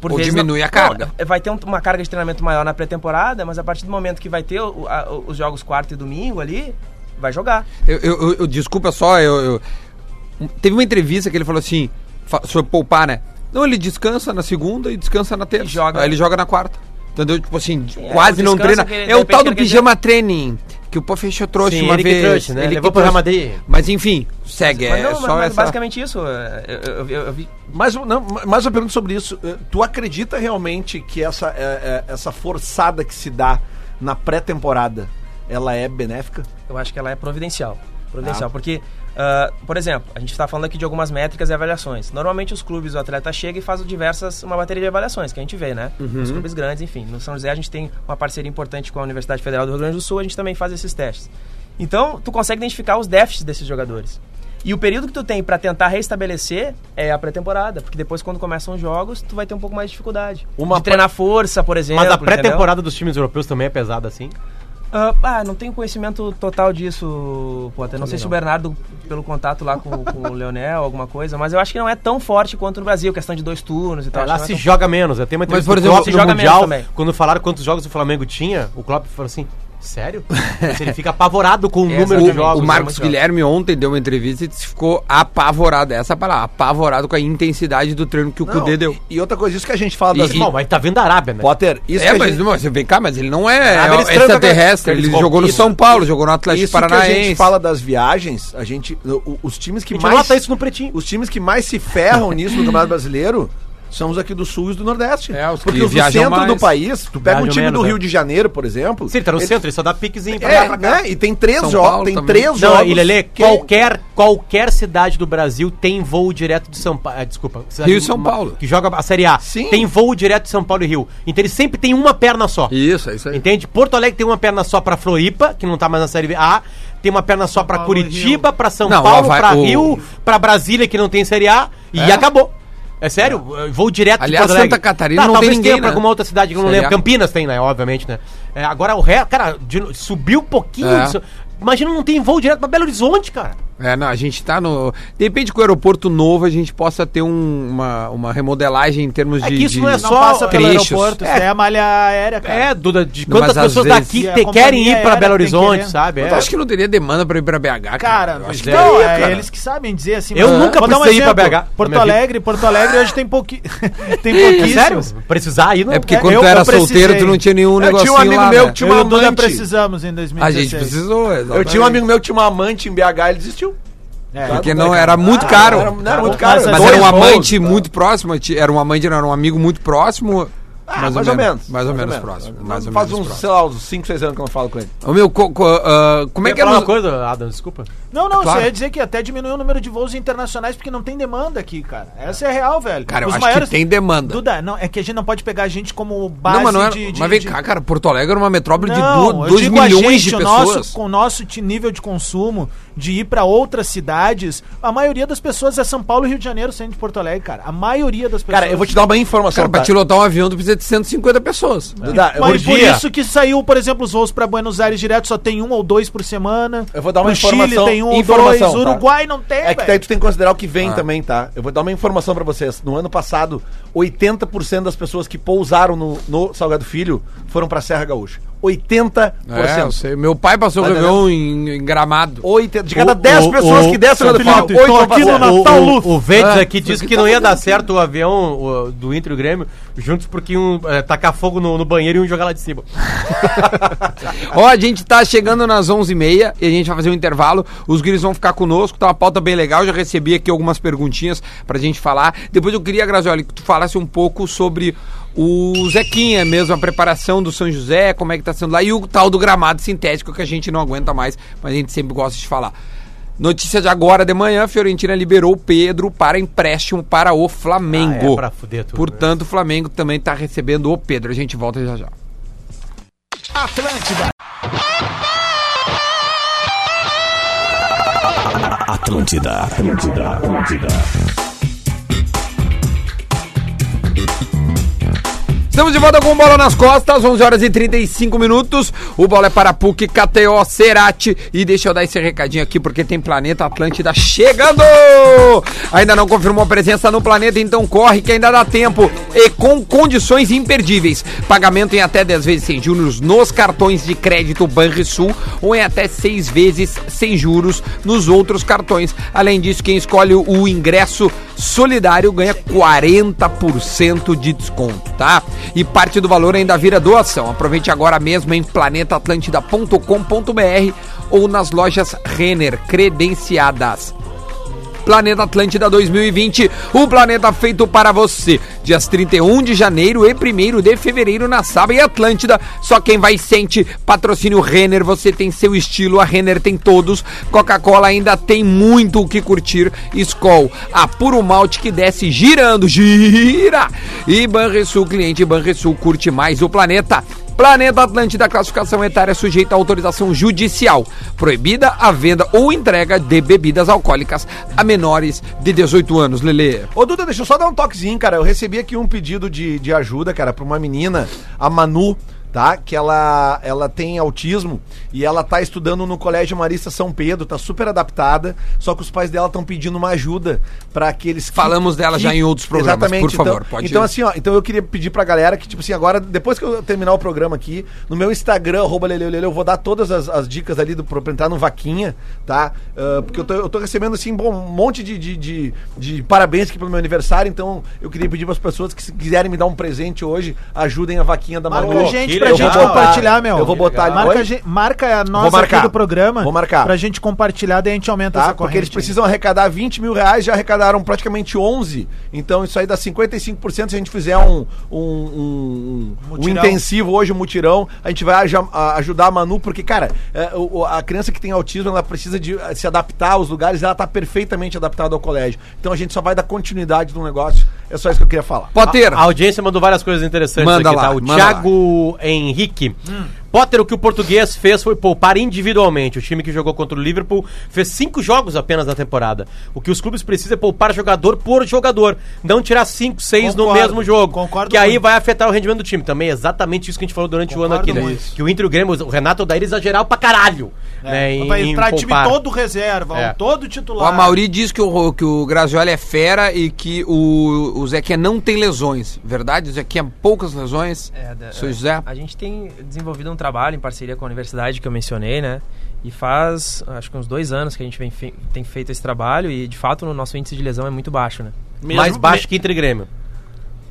Speaker 7: Por
Speaker 3: Ou
Speaker 7: vezes
Speaker 3: diminui a carga.
Speaker 7: Não, vai ter um- uma carga de treinamento maior na pré-temporada, mas a partir do momento que vai ter o- a- os jogos quarto e domingo ali, vai jogar.
Speaker 3: Eu, eu- eu- eu- desculpa só, eu, eu- teve uma entrevista que ele falou assim, fa- sobre poupar, né? Não, ele descansa na segunda e descansa na terça.
Speaker 7: E joga.
Speaker 3: Aí ele joga na quarta. Entendeu? Tipo assim,
Speaker 7: é,
Speaker 3: quase
Speaker 7: o
Speaker 3: não treina.
Speaker 7: descanso que ele- de
Speaker 3: é o
Speaker 7: repente
Speaker 3: tal
Speaker 7: ele
Speaker 3: do
Speaker 7: quer
Speaker 3: pijama training que o Pofeixo trouxe
Speaker 4: Sim,
Speaker 3: uma
Speaker 4: ele que
Speaker 3: vez.
Speaker 4: trouxe, né? Levou pro Real Madrid.
Speaker 3: Mas enfim, segue.
Speaker 7: mas
Speaker 3: é
Speaker 7: não,
Speaker 3: só
Speaker 7: mas- mas
Speaker 3: essa...
Speaker 7: basicamente isso. Eu, eu- eu- eu vi-
Speaker 5: Mas, um- não, mas eu pergunto sobre isso. Eh, Tu acredita realmente que essa, eh, eh, essa forçada que se dá na pré-temporada, ela é benéfica?
Speaker 7: eu acho que ela é providencial. Providencial, porque, ah, por exemplo, a gente está falando aqui de algumas métricas e avaliações. Normalmente os clubes, o atleta chega e faz diversas, uma bateria de avaliações, que a gente vê, né?
Speaker 4: Uhum.
Speaker 7: Os clubes grandes, enfim. No São José a gente tem uma parceria importante com a Universidade Federal do Rio Grande do Sul, a gente também faz esses testes. Então, tu consegue identificar os déficits desses jogadores. E o período que tu tem para tentar restabelecer é a pré-temporada, porque depois quando começam os jogos, tu vai ter um pouco mais de dificuldade.
Speaker 4: Uma
Speaker 7: de treinar força, por exemplo.
Speaker 4: Mas a
Speaker 7: entendeu?
Speaker 4: pré-temporada dos times europeus também é pesada assim.
Speaker 7: Ah, ah, não tenho conhecimento total disso, Potter. Não sei se o Bernardo, pelo contato lá com, com o Leonel, alguma coisa, mas eu acho que não é tão forte quanto no Brasil, questão de dois turnos e tal.
Speaker 4: lá
Speaker 7: acho que
Speaker 4: se
Speaker 7: não é tão-
Speaker 4: joga menos. Eu tenho uma entrevista
Speaker 3: por
Speaker 4: do
Speaker 3: exemplo,
Speaker 4: Klopp
Speaker 7: se
Speaker 4: no
Speaker 7: joga menos
Speaker 4: Mundial,
Speaker 7: também.
Speaker 4: quando falaram quantos jogos o Flamengo tinha, o Klopp falou assim, sério? Ele fica apavorado com o
Speaker 7: É,
Speaker 4: número de
Speaker 7: exatamente.
Speaker 4: jogos.
Speaker 3: O
Speaker 4: né?
Speaker 3: Marcos
Speaker 7: muito
Speaker 3: Guilherme ontem deu uma entrevista e disse que ficou apavorado, essa é a palavra, apavorado com a intensidade do treino que o Cudê deu.
Speaker 5: E, e outra coisa, isso que a gente fala
Speaker 4: Mas,
Speaker 5: das...
Speaker 4: irmão, mas tá vindo da Arábia, né?
Speaker 5: Potter, isso
Speaker 3: é,
Speaker 5: que a
Speaker 3: mas
Speaker 5: gente-
Speaker 3: você vem cá, mas ele não é,
Speaker 4: Ah, mas eles
Speaker 3: é
Speaker 4: trancam-
Speaker 3: extraterrestre.
Speaker 4: eles
Speaker 3: Ele jogou no
Speaker 4: conquistam.
Speaker 3: São Paulo, jogou no Atlético
Speaker 5: isso que a gente
Speaker 3: Paranaense.
Speaker 5: fala das viagens, a gente, o- o- os times que
Speaker 4: A gente
Speaker 5: mais
Speaker 4: nota isso no pretinho.
Speaker 5: os times que mais se ferram nisso no Campeonato Brasileiro São os aqui do Sul e os do Nordeste.
Speaker 3: É, os
Speaker 5: Porque
Speaker 3: que
Speaker 5: os do
Speaker 3: viajam
Speaker 5: centro
Speaker 3: mais.
Speaker 5: do país, tu pega um
Speaker 4: Viajam
Speaker 5: time
Speaker 4: menos,
Speaker 5: do
Speaker 4: né?
Speaker 5: Rio de Janeiro, por exemplo.
Speaker 4: Se ele tá no
Speaker 5: ele-
Speaker 4: centro, ele só dá piquezinho pra lá
Speaker 5: É,
Speaker 4: pra cá.
Speaker 5: né? E tem três
Speaker 3: São
Speaker 5: jogos.
Speaker 3: Paulo
Speaker 5: Tem
Speaker 3: também.
Speaker 5: três
Speaker 4: Não,
Speaker 5: jogos.
Speaker 4: e Lelê,
Speaker 5: que-
Speaker 4: qualquer, qualquer cidade do Brasil tem voo direto de São Paulo. Desculpa. cidade
Speaker 3: Rio e
Speaker 4: de-
Speaker 3: São Paulo.
Speaker 4: Que joga a Série A.
Speaker 5: Sim.
Speaker 4: Tem voo direto de São Paulo e Rio. Então ele sempre tem uma perna só.
Speaker 3: Isso, é isso aí.
Speaker 4: Entende? Porto Alegre tem uma perna só pra Floripa, que não tá mais na Série A. Tem uma perna só pra
Speaker 9: Paulo e
Speaker 4: Curitiba, pra São
Speaker 3: Não,
Speaker 4: Paulo,
Speaker 3: o Havaí-
Speaker 4: pra
Speaker 3: o-
Speaker 4: Rio, pra Brasília, que não tem Série A. E
Speaker 3: É?
Speaker 4: acabou. É sério, eu vou direto
Speaker 3: Aliás,
Speaker 4: Porto Alegre. Tá,
Speaker 3: Santa Catarina não tem
Speaker 4: talvez
Speaker 3: ninguém,
Speaker 4: tenha pra
Speaker 3: né?
Speaker 4: alguma outra cidade que eu não
Speaker 3: Série
Speaker 4: lembro.
Speaker 3: A.
Speaker 4: Campinas tem, né? Obviamente, né? É, agora o ré, cara, de no- subiu um pouquinho.
Speaker 3: É.
Speaker 4: isso- Imagina não tem voo direto pra Belo Horizonte, cara.
Speaker 3: É, não, a gente tá no. De repente, com o aeroporto novo, a gente possa ter um- uma, uma remodelagem em termos
Speaker 4: É
Speaker 3: de.
Speaker 4: que isso
Speaker 3: de-
Speaker 4: não é
Speaker 9: Não
Speaker 4: só-
Speaker 9: passa pelo
Speaker 3: trechos.
Speaker 9: aeroporto, isso é a malha aérea, cara.
Speaker 4: É, Duda, de
Speaker 3: Não,
Speaker 4: quantas
Speaker 3: mas às
Speaker 4: pessoas
Speaker 3: vezes-
Speaker 4: daqui
Speaker 9: E a
Speaker 4: te- querem
Speaker 9: companhia
Speaker 4: ir pra
Speaker 9: aérea
Speaker 4: Belo
Speaker 9: tem que
Speaker 4: Horizonte,
Speaker 9: querer.
Speaker 4: sabe?
Speaker 3: Eu
Speaker 4: É.
Speaker 3: acho que não teria demanda pra ir pra BH, cara.
Speaker 9: Cara,
Speaker 3: Eu acho que-
Speaker 9: não,
Speaker 4: que é,
Speaker 9: é,
Speaker 4: cara.
Speaker 9: eles que sabem dizer assim.
Speaker 4: Eu
Speaker 9: mas-
Speaker 4: nunca
Speaker 9: Vou dar
Speaker 4: precisei ir pra
Speaker 9: exemplo.
Speaker 4: BH,
Speaker 9: Porto
Speaker 4: na minha
Speaker 9: Alegre, Porto Alegre hoje tem pouqui... tem
Speaker 4: É
Speaker 9: pouquíssimos.
Speaker 4: sério? Precisar aí, não.
Speaker 3: É porque
Speaker 9: é,
Speaker 3: quando
Speaker 9: eu-
Speaker 3: tu era
Speaker 9: eu precisei.
Speaker 3: solteiro, tu não tinha nenhum
Speaker 5: Eu
Speaker 3: negócio.
Speaker 5: tinha um amigo meu que
Speaker 9: Eu
Speaker 5: tinha
Speaker 9: e
Speaker 5: uma
Speaker 9: o Duda
Speaker 5: amante.
Speaker 9: precisamos em
Speaker 3: A
Speaker 9: 2016.
Speaker 3: gente precisou, exatamente.
Speaker 5: Eu tinha um amigo meu que tinha uma amante em BH, ele desistiu.
Speaker 9: É.
Speaker 3: Porque não, era muito caro.
Speaker 5: Era, não, era muito caro.
Speaker 9: Mas
Speaker 3: Mas
Speaker 5: dois
Speaker 3: era um
Speaker 5: voos,
Speaker 3: amante
Speaker 5: tá?
Speaker 3: muito próximo, ti- era um amante, não, era um amigo muito próximo.
Speaker 5: Ah, mais ou menos.
Speaker 3: Mais ou menos próximo. Mais ou
Speaker 5: Faz um
Speaker 3: menos próximo.
Speaker 5: uns, sei lá, uns 5, 6 anos que eu não falo com ele.
Speaker 3: Ô, meu, co- co- ah, como é que era
Speaker 4: uma
Speaker 3: o.
Speaker 4: coisa, Adam, desculpa.
Speaker 9: Não, não,
Speaker 3: Claro.
Speaker 9: só ia dizer que até diminuiu o número de voos internacionais porque não tem demanda aqui, cara. Essa é a real, velho.
Speaker 3: Cara, eu acho que tem demanda.
Speaker 9: Duda, não, é que a gente não pode pegar a gente como base
Speaker 3: Não, mas não era.
Speaker 9: de, de-
Speaker 3: mas vem
Speaker 9: de-
Speaker 3: cá, cara, Porto Alegre era uma metrópole
Speaker 9: Não, eu
Speaker 3: de 2
Speaker 9: digo a
Speaker 3: milhões
Speaker 9: gente,
Speaker 3: de
Speaker 9: o
Speaker 3: pessoas.
Speaker 9: Nosso, com o nosso ti- nível de consumo, de ir pra outras cidades, a maioria das pessoas é São Paulo, Rio de Janeiro, saindo de Porto Alegre, cara. A maioria das pessoas.
Speaker 5: Cara, eu vou te dar uma informação.
Speaker 3: Cara, pra
Speaker 5: tá?
Speaker 3: pilotar um avião, tu precisa de 150 pessoas.
Speaker 5: Duda, eu vou
Speaker 9: Mas
Speaker 5: te-
Speaker 9: por
Speaker 4: dia.
Speaker 9: isso que saiu, por exemplo, os voos pra Buenos Aires direto só tem um ou dois por semana.
Speaker 5: Eu vou dar uma
Speaker 9: Pro Chile
Speaker 5: informação-
Speaker 9: tem um ou
Speaker 5: informação,
Speaker 9: dois,
Speaker 5: tá?
Speaker 9: Uruguai não tem,
Speaker 5: É que daí
Speaker 9: velho.
Speaker 5: tu tem que considerar o que
Speaker 3: Ah.
Speaker 5: vem também, tá? Eu vou dar uma informação pra vocês. No ano passado, 80% das pessoas que pousaram no, no Salgado Filho foram pra Serra Gaúcha. 80%.
Speaker 3: É, eu sei. Meu pai passou o
Speaker 5: Tá
Speaker 3: Réveillon em, em Gramado.
Speaker 5: Oito- de cada
Speaker 4: O-
Speaker 5: 10
Speaker 4: o-
Speaker 5: pessoas
Speaker 4: o-
Speaker 5: que descem
Speaker 4: Seu
Speaker 5: no
Speaker 4: Felipe,
Speaker 5: Natal, 8
Speaker 9: tô aqui no
Speaker 5: passear.
Speaker 9: Natal,
Speaker 4: o, o, o Vendes
Speaker 3: Ah,
Speaker 4: aqui disse que não ia dar certo o avião o- do Inter e o Grêmio juntos porque um eh, tacar fogo no, no banheiro e um jogar lá de cima.
Speaker 3: Ó, a gente tá chegando nas 11h30 e a gente vai fazer um intervalo. Os guris vão ficar conosco, tá uma pauta bem legal. Já recebi aqui algumas perguntinhas pra gente falar. Depois eu queria, Grazioli, que tu falasse um pouco sobre o Zequinha mesmo, a preparação do São José, como é que tá sendo lá, e o tal do gramado sintético que a gente não aguenta mais, mas a gente sempre gosta de falar. Notícia de agora de manhã, Fiorentina liberou o Pedro para empréstimo para o Flamengo.
Speaker 4: Ah, é, pra fuder tudo,
Speaker 3: Portanto, o Flamengo também tá recebendo o Pedro. A gente volta já já.
Speaker 1: Atlântida, Atlântida, Atlântida.
Speaker 3: Estamos de volta com o Bola nas Costas, 11 horas e 35 minutos. O Bola é para PUC, KTO, Cerati. E deixa eu dar esse recadinho aqui, porque tem Planeta Atlântida chegando! Ainda não confirmou a presença no planeta, então corre que ainda dá tempo. E com condições imperdíveis. Pagamento em até 10 vezes sem juros nos cartões de crédito Banrisul ou em um é até 6 vezes sem juros nos outros cartões. Além disso, quem escolhe o ingresso solidário ganha 40% de desconto, tá? E parte do valor ainda vira doação. Aproveite agora mesmo em planetaatlântida.com.br ou nas lojas Renner credenciadas. Planeta Atlântida 2020, o planeta feito para você. Dias 31 de janeiro e 1 de fevereiro na Saba e Atlântida. Só quem vai sente. Patrocínio Renner, você tem seu estilo, a Renner tem todos. Coca-Cola ainda tem muito o que curtir. Skol, a puro malte que desce girando, gira. E Banrisul, cliente Banrisul, curte mais o planeta. Planeta Atlântida, classificação etária sujeita à autorização judicial. Proibida a venda ou entrega de bebidas alcoólicas a menores de 18 anos, Lelê.
Speaker 5: Ô Duda, deixa eu só dar um toquezinho, cara. Eu recebi aqui um pedido de, de ajuda, cara, pra uma menina, a Manu, tá? Que ela, ela tem autismo e ela tá estudando no Colégio Marista São Pedro, tá super adaptada, só que os pais dela estão pedindo uma ajuda pra aqueles que...
Speaker 3: Falamos dela já em outros programas, por
Speaker 5: então,
Speaker 3: favor, pode
Speaker 5: Então
Speaker 3: ir.
Speaker 5: assim, ó, então eu queria pedir pra galera que, tipo assim, agora, depois que eu terminar o programa aqui, no meu Instagram, arroba leleolele, eu vou dar todas as, as dicas ali do, pra entrar no Vaquinha, tá? Ah, porque eu tô, eu tô recebendo, assim, bom, um monte de, de, de- de parabéns aqui pelo meu aniversário, então eu queria pedir pras pessoas que se quiserem me dar um presente hoje, ajudem a Vaquinha da
Speaker 9: Marca
Speaker 5: Manu.
Speaker 9: a gente, pra
Speaker 5: eu
Speaker 9: gente
Speaker 5: vou botar-
Speaker 9: compartilhar, meu.
Speaker 5: eu vou botar ali.
Speaker 9: marca,
Speaker 5: Oi?
Speaker 9: a gen- marca a
Speaker 5: Vou
Speaker 9: nós
Speaker 5: marcar.
Speaker 9: aqui do programa.
Speaker 5: Vou marcar.
Speaker 9: Pra gente compartilhar, daí a gente aumenta
Speaker 5: Tá?
Speaker 9: essa
Speaker 5: Porque eles
Speaker 9: corrente.
Speaker 5: precisam arrecadar 20 mil reais, já arrecadaram praticamente 11. Então isso aí dá 55%. Se a gente fizer um, um, um, um- um
Speaker 9: Mutirão.
Speaker 5: intensivo hoje, um mutirão, a gente vai aja- a- ajudar a Manu, porque, cara, é, o- o- a criança que tem autismo, ela precisa de eh, se adaptar aos lugares, ela tá perfeitamente adaptada ao colégio. Então a gente só vai dar continuidade no negócio. É só isso que eu queria falar.
Speaker 3: Potter,
Speaker 4: A audiência mandou várias coisas interessantes
Speaker 3: Manda lá,
Speaker 4: tá? O
Speaker 3: manda
Speaker 4: Thiago Henrique. Potter, o que o português fez foi poupar individualmente. O time que jogou contra o Liverpool fez cinco jogos apenas na temporada. O que os clubes precisam é poupar jogador por jogador. Não tirar cinco, seis no
Speaker 9: Concordo,
Speaker 4: mesmo jogo.
Speaker 9: concordo
Speaker 4: que aí
Speaker 9: muito.
Speaker 4: vai afetar o rendimento do time. Também é exatamente isso que a gente falou durante o ano
Speaker 9: Concordo
Speaker 4: aqui, né?
Speaker 9: muito.
Speaker 4: Que o Inter e o Grêmio, o Renato Odair exagerar pra caralho. Né? Em,
Speaker 9: É, Pra
Speaker 4: em
Speaker 9: entrar time
Speaker 4: poupar.
Speaker 9: todo reserva,
Speaker 4: É.
Speaker 9: um todo
Speaker 3: o
Speaker 9: titular.
Speaker 3: Amauri diz que o, que o Grazioli é fera e que o, o Zequinha não tem lesões. Verdade? O Zequinha poucas lesões.
Speaker 7: É, da-
Speaker 3: Seu José.
Speaker 7: A gente tem desenvolvido um trabalho em parceria com a universidade que eu mencionei, né? E faz, acho que uns dois anos que a gente vem fe- tem feito esse trabalho e, de fato, o nosso índice de lesão é muito baixo, né?
Speaker 4: Mais baixo que Inter e Grêmio.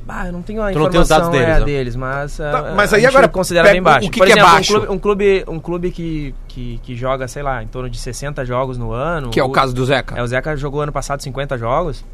Speaker 7: Bah, eu não tenho a
Speaker 4: Tu
Speaker 7: informação
Speaker 4: não tem os dados deles,
Speaker 7: é,
Speaker 4: né?
Speaker 7: deles, mas...
Speaker 3: Tá,
Speaker 7: ah,
Speaker 5: mas
Speaker 7: a
Speaker 5: aí
Speaker 7: gente
Speaker 5: agora
Speaker 7: considera
Speaker 5: pega
Speaker 7: bem
Speaker 5: o
Speaker 7: baixo.
Speaker 3: que
Speaker 7: Por
Speaker 3: que é
Speaker 7: exemplo,
Speaker 3: baixo?
Speaker 7: Um clube, um clube, um clube que, que, que joga, sei lá, em torno de 60 jogos no ano...
Speaker 3: Que é o caso do
Speaker 7: É,
Speaker 3: Zeca.
Speaker 7: o Zeca jogou ano passado 50 jogos.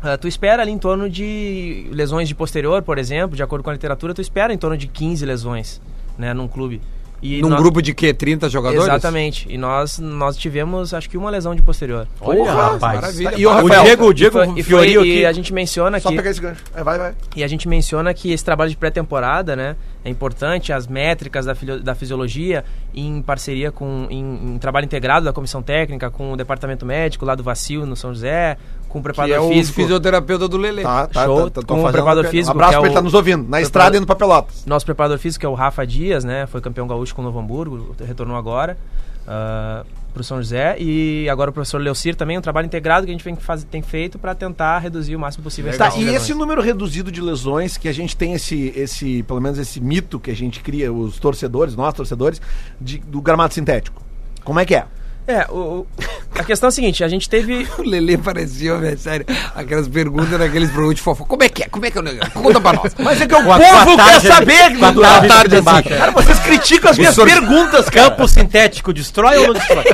Speaker 7: Ah, tu espera ali em torno de lesões de posterior, por exemplo, de acordo com a literatura, tu espera em torno de 15 lesões, né, num clube. E
Speaker 3: Num
Speaker 7: nós-
Speaker 3: grupo de quê? 30 jogadores?
Speaker 7: Exatamente. E nós, nós tivemos, acho que uma lesão de posterior.
Speaker 4: Olha, rapaz.
Speaker 3: Maravilha.
Speaker 5: E o
Speaker 4: O
Speaker 5: Rafael?
Speaker 4: Diego, o
Speaker 7: e,
Speaker 4: Diego
Speaker 7: foi- e foi-
Speaker 4: Fiorio
Speaker 7: e
Speaker 4: aqui.
Speaker 7: a gente menciona
Speaker 5: Só
Speaker 7: que
Speaker 5: pegar esse gancho. É, vai, vai.
Speaker 7: e a gente menciona que esse trabalho de pré-temporada, né, é importante, as métricas da, filio- da fisiologia, em parceria com, em, em trabalho integrado da comissão técnica, com o departamento médico lá do Vacil, no São José, com o
Speaker 3: Que
Speaker 7: preparador
Speaker 3: é o
Speaker 7: físico.
Speaker 3: fisioterapeuta do Lele.
Speaker 5: Tá.
Speaker 7: Show,
Speaker 5: tô
Speaker 7: com o
Speaker 5: fazendo-
Speaker 7: preparador
Speaker 5: Um
Speaker 7: físico,
Speaker 5: abraço
Speaker 7: que é
Speaker 5: pra ele
Speaker 7: o-
Speaker 5: tá nos ouvindo. Na estrada e no Papelotas.
Speaker 7: Nosso preparador físico é o Rafa Dias, né? Foi campeão gaúcho com o Novo Hamburgo, retornou agora ah, pro São José. E agora o professor Leocir também, um trabalho integrado que a gente vem faz- tem feito para tentar reduzir o máximo possível
Speaker 5: Tá,
Speaker 7: essas
Speaker 5: e
Speaker 7: lesões.
Speaker 5: esse número reduzido de lesões que a gente tem esse, esse, pelo menos esse mito que a gente cria, os torcedores, nós torcedores, de- do gramado sintético. Como é que é?
Speaker 7: É, o- o- a questão é a seguinte, a gente teve...
Speaker 3: O Lele parecia, velho, sério, aquelas perguntas naqueles programas de fofoca. Como é que é? Como é que é o negócio? Conta pra nós. Mas é que o
Speaker 4: povo quer saber,
Speaker 3: Dudu. Boa tarde, assim.
Speaker 5: Cara, vocês criticam as minhas perguntas, cara.
Speaker 4: Campo sintético destrói ou não destrói?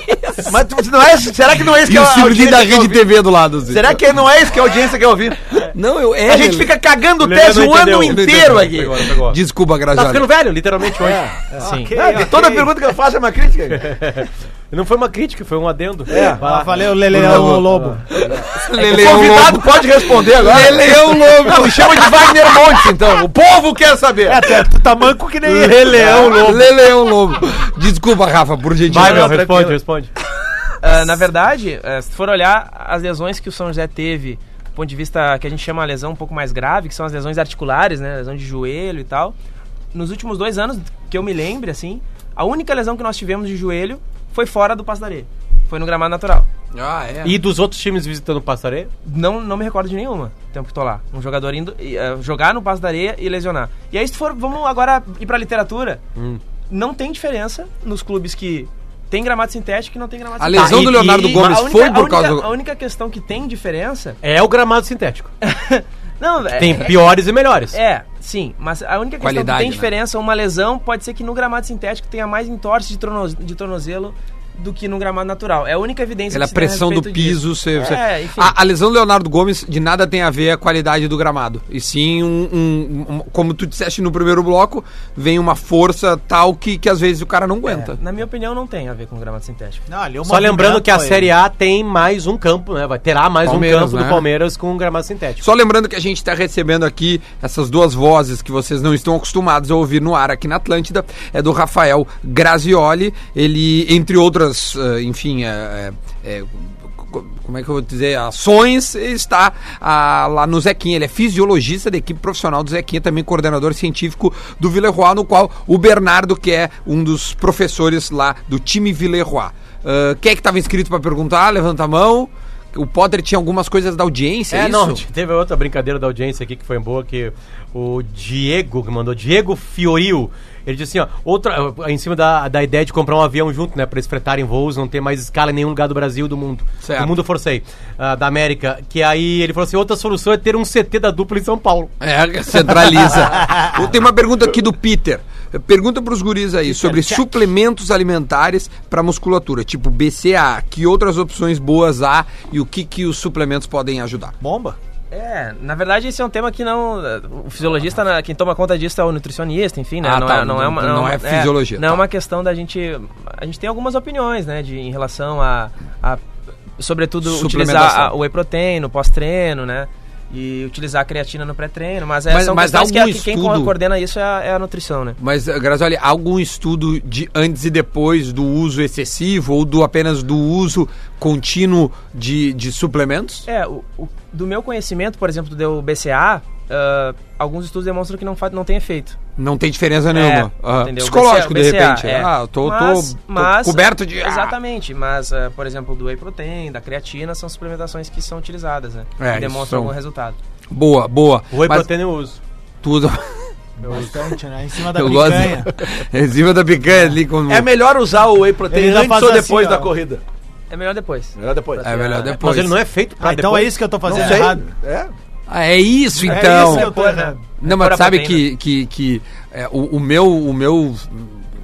Speaker 5: Mas tu- não é, será que não é isso
Speaker 3: E
Speaker 5: que
Speaker 3: o
Speaker 4: tá
Speaker 5: a
Speaker 3: Silvinho
Speaker 5: audiência
Speaker 3: da
Speaker 4: né,
Speaker 5: quer
Speaker 3: Rede
Speaker 5: ouvir?
Speaker 3: TV do lado. Assim.
Speaker 5: Será que não é isso que a audiência quer ouvir?
Speaker 3: Não, eu... É,
Speaker 5: A gente
Speaker 3: Lelê.
Speaker 5: fica cagando
Speaker 4: Lelê
Speaker 5: tese
Speaker 4: não
Speaker 5: um ano
Speaker 4: entendeu.
Speaker 5: inteiro aqui.
Speaker 4: Pegou, pegou.
Speaker 3: Desculpa,
Speaker 4: Tá
Speaker 3: Grazioli.
Speaker 4: ficando velho, literalmente, hoje. Sim.
Speaker 5: Ah, que Toda pergunta que eu faço é uma crítica.
Speaker 4: Não foi uma crítica, foi um adendo.
Speaker 5: É.
Speaker 4: Vai
Speaker 9: Ah,
Speaker 4: lá.
Speaker 9: valeu, Lele, o Lobo.
Speaker 3: Lele é
Speaker 5: O
Speaker 3: o
Speaker 5: convidado
Speaker 3: lobo.
Speaker 5: pode responder agora.
Speaker 3: Lele é o lobo.
Speaker 5: Chama de Wagner Monte, então. O povo quer saber.
Speaker 9: É, até tu tá manco que nem ele.
Speaker 3: Lele é o lobo. Lele é o lobo. Desculpa, Rafa, por gentileza.
Speaker 4: Vai, meu, responde, responde.
Speaker 7: Ah, na verdade, eh, se for olhar as lesões que o São José teve, do ponto de vista que a gente chama a lesão um pouco mais grave, que são as lesões articulares, né? Lesão de joelho e tal. Nos últimos dois anos, que eu me lembre, assim, a única lesão que nós tivemos de joelho foi fora do Pastaré. Foi no gramado natural.
Speaker 3: Ah, é.
Speaker 4: E dos outros times visitando o Passaré?
Speaker 7: Não, não me recordo de nenhuma, o tempo que tô lá. Um jogador indo e, eh, jogar no passo da areia e lesionar. E aí, se tu for, vamos agora ir pra literatura. Não tem diferença nos clubes que tem gramado sintético e não tem gramado
Speaker 3: A
Speaker 7: sintético.
Speaker 3: lesão
Speaker 4: Tá,
Speaker 3: do
Speaker 4: e-
Speaker 3: Leonardo
Speaker 4: e-
Speaker 3: Gomes
Speaker 7: A única-
Speaker 3: foi
Speaker 7: a
Speaker 3: por
Speaker 7: única-
Speaker 3: causa
Speaker 7: A
Speaker 3: do...
Speaker 7: única questão que tem diferença.
Speaker 4: É o gramado sintético.
Speaker 5: É.
Speaker 7: Não, é.
Speaker 4: Tem piores e melhores.
Speaker 7: É, sim, mas a única questão
Speaker 3: Qualidade,
Speaker 7: que tem
Speaker 3: né?
Speaker 7: diferença, uma lesão, pode ser que no gramado sintético tenha mais entorse de, torno- de tornozelo do que no gramado natural. É a única evidência
Speaker 3: Pela
Speaker 7: que se tem a
Speaker 3: pressão do
Speaker 7: respeito disso.
Speaker 3: piso, você, você-
Speaker 7: É, enfim.
Speaker 3: A, a lesão do Leonardo Gomes de nada tem a ver a qualidade do gramado. E sim, um, um- um- como tu disseste no primeiro bloco, vem uma força tal que, que às vezes o cara não aguenta.
Speaker 7: É, Na minha opinião, não tem a ver com gramado sintético.
Speaker 9: Não, ali é o
Speaker 4: Só lembrando que a
Speaker 9: movimento,
Speaker 4: Série A tem mais um campo, né? Vai terá mais
Speaker 3: Palmeiras,
Speaker 4: um campo
Speaker 3: né?
Speaker 4: do Palmeiras com gramado sintético.
Speaker 3: Só lembrando que a gente está recebendo aqui essas duas vozes que vocês não estão acostumados a ouvir no ar aqui na Atlântida. É do Rafael Grazioli. Ele, entre outras, eh, enfim, eh, eh, eh, co- como é que eu vou dizer? Ações, está ah, lá no Zequinha. Ele é fisiologista da equipe profissional do Zequinha, também coordenador científico do Villeroy, no qual o Bernardo, que é um dos professores lá do time Villeroy. Ah, quem é que estava inscrito para perguntar? Levanta a mão. O Potter tinha algumas coisas da audiência,
Speaker 4: É,
Speaker 3: isso?
Speaker 4: não, teve outra brincadeira da audiência aqui que foi boa, que o Diego, que mandou, Diego Fioril, ele disse assim, ó, outra, em cima da, da ideia de comprar um avião junto, né, pra eles fretarem voos, não ter mais escala em nenhum lugar do Brasil, do mundo.
Speaker 3: Certo.
Speaker 4: Do mundo, eu forcei, ah, da América, que aí ele falou assim, outra solução é ter um CT da dupla em São Paulo.
Speaker 3: É, centraliza. Eu tenho uma pergunta aqui do Peter. Pergunta pros guris aí sobre suplementos alimentares para musculatura, tipo BCA, que outras opções boas há e o que, que os suplementos podem ajudar.
Speaker 9: Bomba?
Speaker 7: É, na verdade esse é um tema que não. O fisiologista, na- quem toma conta disso é o nutricionista, enfim, né?
Speaker 3: Ah,
Speaker 7: não,
Speaker 3: tá,
Speaker 7: é, não é uma.
Speaker 3: não é fisiologia,
Speaker 7: Não é
Speaker 3: tá.
Speaker 7: uma questão da gente. A gente tem algumas opiniões, né? De, em relação a. a sobretudo utilizar
Speaker 3: Suplementação.
Speaker 7: a, o whey protein no pós-treino, né? E utilizar a creatina no pré-treino, mas, é,
Speaker 3: Mas-
Speaker 7: são
Speaker 3: mas
Speaker 7: questões que,
Speaker 3: algum
Speaker 7: a- que quem
Speaker 3: estudo-
Speaker 7: coordena isso é a, é a nutrição, né?
Speaker 3: Mas, eh, Grazioli, há algum estudo de antes e depois do uso excessivo ou do apenas do uso contínuo de, de suplementos?
Speaker 7: É, o, o- do meu conhecimento, por exemplo, do BCA, ah, alguns estudos demonstram que não, fa- não tem efeito.
Speaker 3: Não tem diferença
Speaker 7: É,
Speaker 3: nenhuma. Ah,
Speaker 7: entendeu?
Speaker 3: psicológico,
Speaker 7: BCA,
Speaker 3: de
Speaker 7: BCA,
Speaker 3: repente.
Speaker 7: é.
Speaker 3: Ah, eu tô, tô-
Speaker 7: Mas-
Speaker 3: tô
Speaker 7: mas-
Speaker 3: coberto de. ah.
Speaker 7: Exatamente, mas, ah, por exemplo, do whey protein, da creatina, são suplementações que são utilizadas, né?
Speaker 3: É,
Speaker 7: que
Speaker 3: isso
Speaker 7: demonstram
Speaker 3: são-
Speaker 7: algum resulado.
Speaker 3: Boa, boa.
Speaker 4: O whey
Speaker 3: Mas
Speaker 4: protein eu uso.
Speaker 3: tudo.
Speaker 9: Bastante, né? Em cima da
Speaker 3: Eu gosto.
Speaker 9: picanha.
Speaker 3: Em cima da picanha ali como.
Speaker 5: É melhor usar o whey protein
Speaker 9: Ele já
Speaker 5: antes
Speaker 9: faz
Speaker 5: ou
Speaker 9: assim,
Speaker 5: depois
Speaker 9: ó.
Speaker 5: da corrida.
Speaker 7: É melhor depois.
Speaker 5: Melhor depois.
Speaker 3: É melhor depois.
Speaker 4: Mas ele não é feito pra
Speaker 9: Ah, então é
Speaker 4: depois.
Speaker 9: isso que eu tô fazendo
Speaker 5: sei.
Speaker 9: errado.
Speaker 5: É.
Speaker 3: Ah, é isso
Speaker 9: É
Speaker 3: então.
Speaker 9: isso que eu tô errado.
Speaker 7: né?
Speaker 3: Não, mas
Speaker 7: Fora
Speaker 3: sabe que,
Speaker 7: proteína.
Speaker 3: que, que é, o, o meu o meu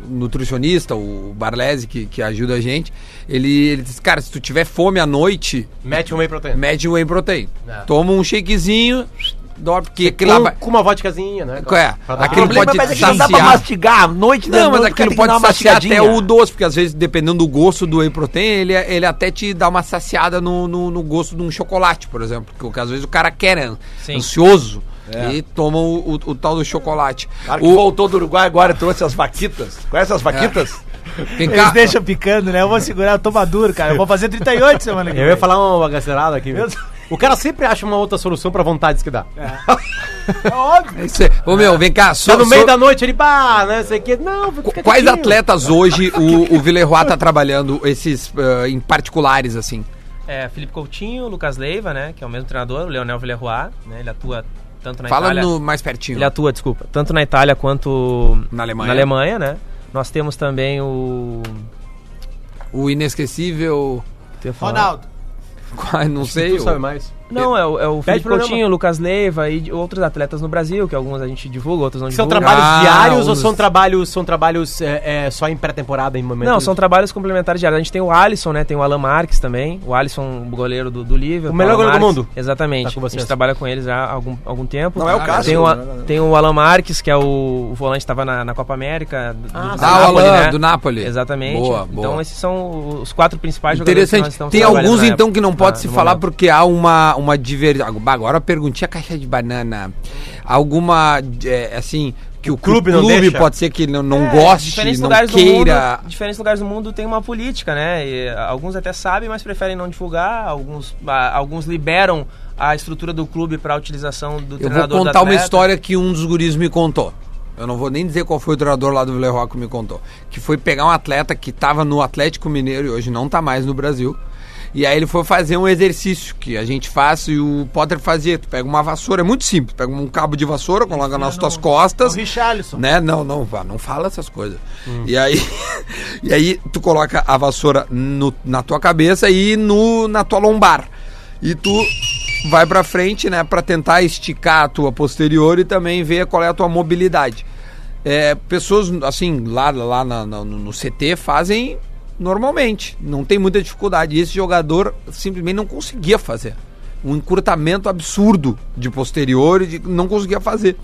Speaker 3: nutricionista, o Barlese, que, que ajuda a gente, ele, ele diz, cara, se tu tiver fome à noite,
Speaker 4: Mete um whey protein.
Speaker 3: mede o whey protein.
Speaker 4: É.
Speaker 3: Toma um shakezinho, dorme, porque aquilo lá
Speaker 4: Com,
Speaker 3: vai...
Speaker 4: com uma vodkazinha, né?
Speaker 3: Qual é?
Speaker 4: Pra dar
Speaker 3: Aquilo
Speaker 4: aquele-
Speaker 3: pode
Speaker 5: mas é que não dá pra
Speaker 3: saciar.
Speaker 5: mastigar à noite, né?
Speaker 3: Não, mas
Speaker 4: é
Speaker 5: cara,
Speaker 3: aquilo
Speaker 5: tem que dar
Speaker 3: pode
Speaker 5: uma
Speaker 3: saciar até
Speaker 5: mastigadinha.
Speaker 3: o doce, porque às vezes, dependendo do gosto do whey protein, ele, é, ele até te dá uma saciada no, no, no gosto de um chocolate, por exemplo. Porque às vezes o cara quer, né?
Speaker 7: Sim.
Speaker 3: ansioso, e toma o, o, o tal do chocolate.
Speaker 5: Cara que
Speaker 3: O,
Speaker 5: voltou do Uruguai agora e trouxe as vaquitas. Conhece as vaquitas?
Speaker 3: vem
Speaker 9: Eles
Speaker 3: cá,
Speaker 9: deixam picando, né? Eu vou segurar, eu tô maduro, cara. Eu vou fazer 38 semana que
Speaker 4: É. Eu ia falar uma agacerada aqui.
Speaker 9: Meu Deus.
Speaker 4: O cara sempre acha uma outra solução pra vontades que dá.
Speaker 9: É óbvio.
Speaker 3: cê- ô meu, vem cá, só
Speaker 4: Tá no meio
Speaker 3: só-
Speaker 4: da noite, ele, pá, né, sei que. Não, fica
Speaker 3: qu- Quais
Speaker 4: quietinho.
Speaker 3: atletas hoje o, o Villeroy tá trabalhando, esses ah, em particulares, assim?
Speaker 7: É, Felipe Coutinho, Lucas Leiva, né? Que é o mesmo treinador, o Leonel Villerroy, né? Ele atua tanto na
Speaker 3: Fala
Speaker 7: Itália...
Speaker 3: no, mais pertinho.
Speaker 7: Ele é atua, desculpa, tanto na Itália quanto
Speaker 3: Na Alemanha.
Speaker 7: na Alemanha, né? Nós temos também o...
Speaker 3: O inesquecível.
Speaker 7: tu ia falar?
Speaker 9: Ronaldo.
Speaker 3: qual- Não sei.
Speaker 4: Tu
Speaker 3: o-
Speaker 4: sabe mais.
Speaker 7: Não, é o, é o Felipe
Speaker 4: programa.
Speaker 7: Coutinho, o Lucas Leiva e de- outros atletas no Brasil, que alguns a gente divulga, outros não
Speaker 4: São
Speaker 7: divulga.
Speaker 4: trabalhos
Speaker 3: Ah,
Speaker 4: diários ou
Speaker 3: os-
Speaker 4: são trabalhos, são trabalhos é, é, só em pré-temporada, em momento?
Speaker 7: Não, são trabalhos complementares diários. A gente tem o Alisson, né? Tem o Alan Marques também. O Alisson, o goleiro do, do Liverpool.
Speaker 4: O melhor
Speaker 7: Alan
Speaker 4: goleiro do
Speaker 7: Marques.
Speaker 4: mundo. Tá
Speaker 7: Exatamente.
Speaker 4: com
Speaker 7: a
Speaker 4: vocês.
Speaker 7: gente trabalha com eles já há algum, algum tempo.
Speaker 5: Não é o
Speaker 7: Ah,
Speaker 5: Cássio,
Speaker 7: Tem o,
Speaker 5: né?
Speaker 7: tem o Alan Marques, que é o, o volante que estava na, na Copa América. Do, ah,
Speaker 3: Ah, o Alan, do Napoli.
Speaker 7: Exatamente.
Speaker 3: Boa,
Speaker 7: Então
Speaker 3: boa.
Speaker 7: esses são os quatro principais jogadores que nós
Speaker 3: Interessante.
Speaker 7: estamos
Speaker 3: Tem
Speaker 7: trabalhando
Speaker 3: alguns
Speaker 7: na
Speaker 3: então
Speaker 7: época,
Speaker 3: que não
Speaker 7: na-
Speaker 3: pode se
Speaker 7: no
Speaker 3: falar
Speaker 7: momento.
Speaker 3: porque há uma uma divergência. Agora a perguntinha caixa de banana. Alguma é, assim que o,
Speaker 4: clube
Speaker 3: clube,
Speaker 4: não deixa?
Speaker 3: pode ser que ele não, não
Speaker 7: É,
Speaker 3: goste,
Speaker 7: diferentes
Speaker 3: não
Speaker 7: lugares Do
Speaker 3: queira.
Speaker 7: mundo, diferentes lugares do mundo tem uma política, né? E, ah, alguns até sabem, mas preferem não divulgar. Alguns, ah, alguns liberam a estrutura do clube para a utilização do
Speaker 3: Eu vou
Speaker 7: treinador do
Speaker 3: contar uma
Speaker 7: atleta.
Speaker 3: história que um dos guris me contou. Eu não vou nem dizer qual foi o treinador lá do Vila que me contou. Que foi pegar um atleta que estava no Atlético Mineiro e hoje não tá mais no Brasil. E aí ele foi fazer um exercício que a gente faz e o Potter fazia. Tu pega uma vassoura, é muito simples. Pega um cabo de vassoura, coloca nas tuas costas.
Speaker 9: O Richarlison.
Speaker 3: Né? Não, não, vá, não fala essas coisas. E aí, e aí tu coloca a vassoura no- na tua cabeça e no, na tua lombar. E tu vai pra frente, né, Pra tentar esticar a tua posterior e também ver qual é a tua mobilidade. É, pessoas assim lá lá na- na- no, no CT fazem normalmente, não tem muita dificuldade. E esse jogador simplesmente não conseguia fazer. Um encurtamento absurdo de posterior, e de, não conseguia fazer.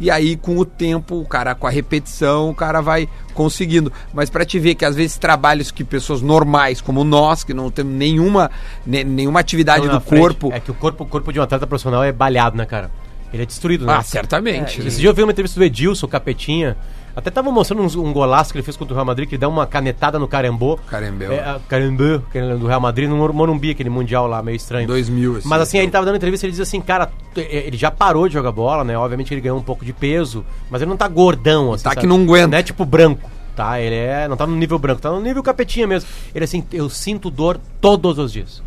Speaker 3: E aí, com o tempo, o cara, com a repetição, o cara vai conseguindo. Mas pra te ver que às vezes trabalhos que pessoas normais, como nós, que não temos nenhuma, ne- nenhuma atividade
Speaker 4: Não,
Speaker 3: do
Speaker 4: na frente.
Speaker 3: corpo.
Speaker 4: É que o corpo, o corpo de um atleta profissional é balhado, né, cara? Ele é destruído, né?
Speaker 3: Ah, certamente.
Speaker 4: Esse dia eu vi uma entrevista do Edilson, Capetinha. Até tava mostrando uns- um golaço que ele fez contra o Real Madrid, que ele dá uma canetada no Carambô.
Speaker 3: Carambeu.
Speaker 4: É, a- Carambô, que ele é do Real Madrid, no Mor- Morumbi, aquele mundial lá, meio estranho.
Speaker 3: 2000,
Speaker 4: Mas assim, ele tava dando entrevista, ele diz assim, cara, t- é, ele já parou de jogar bola, né? Obviamente que ele ganhou um pouco de peso, mas ele não tá gordão, assim.
Speaker 3: Tá que não aguenta.
Speaker 4: Não é tipo branco, tá? Ele é, não tá no nível branco, tá no nível capetinha mesmo. Ele assim, eu sinto dor todos os dias.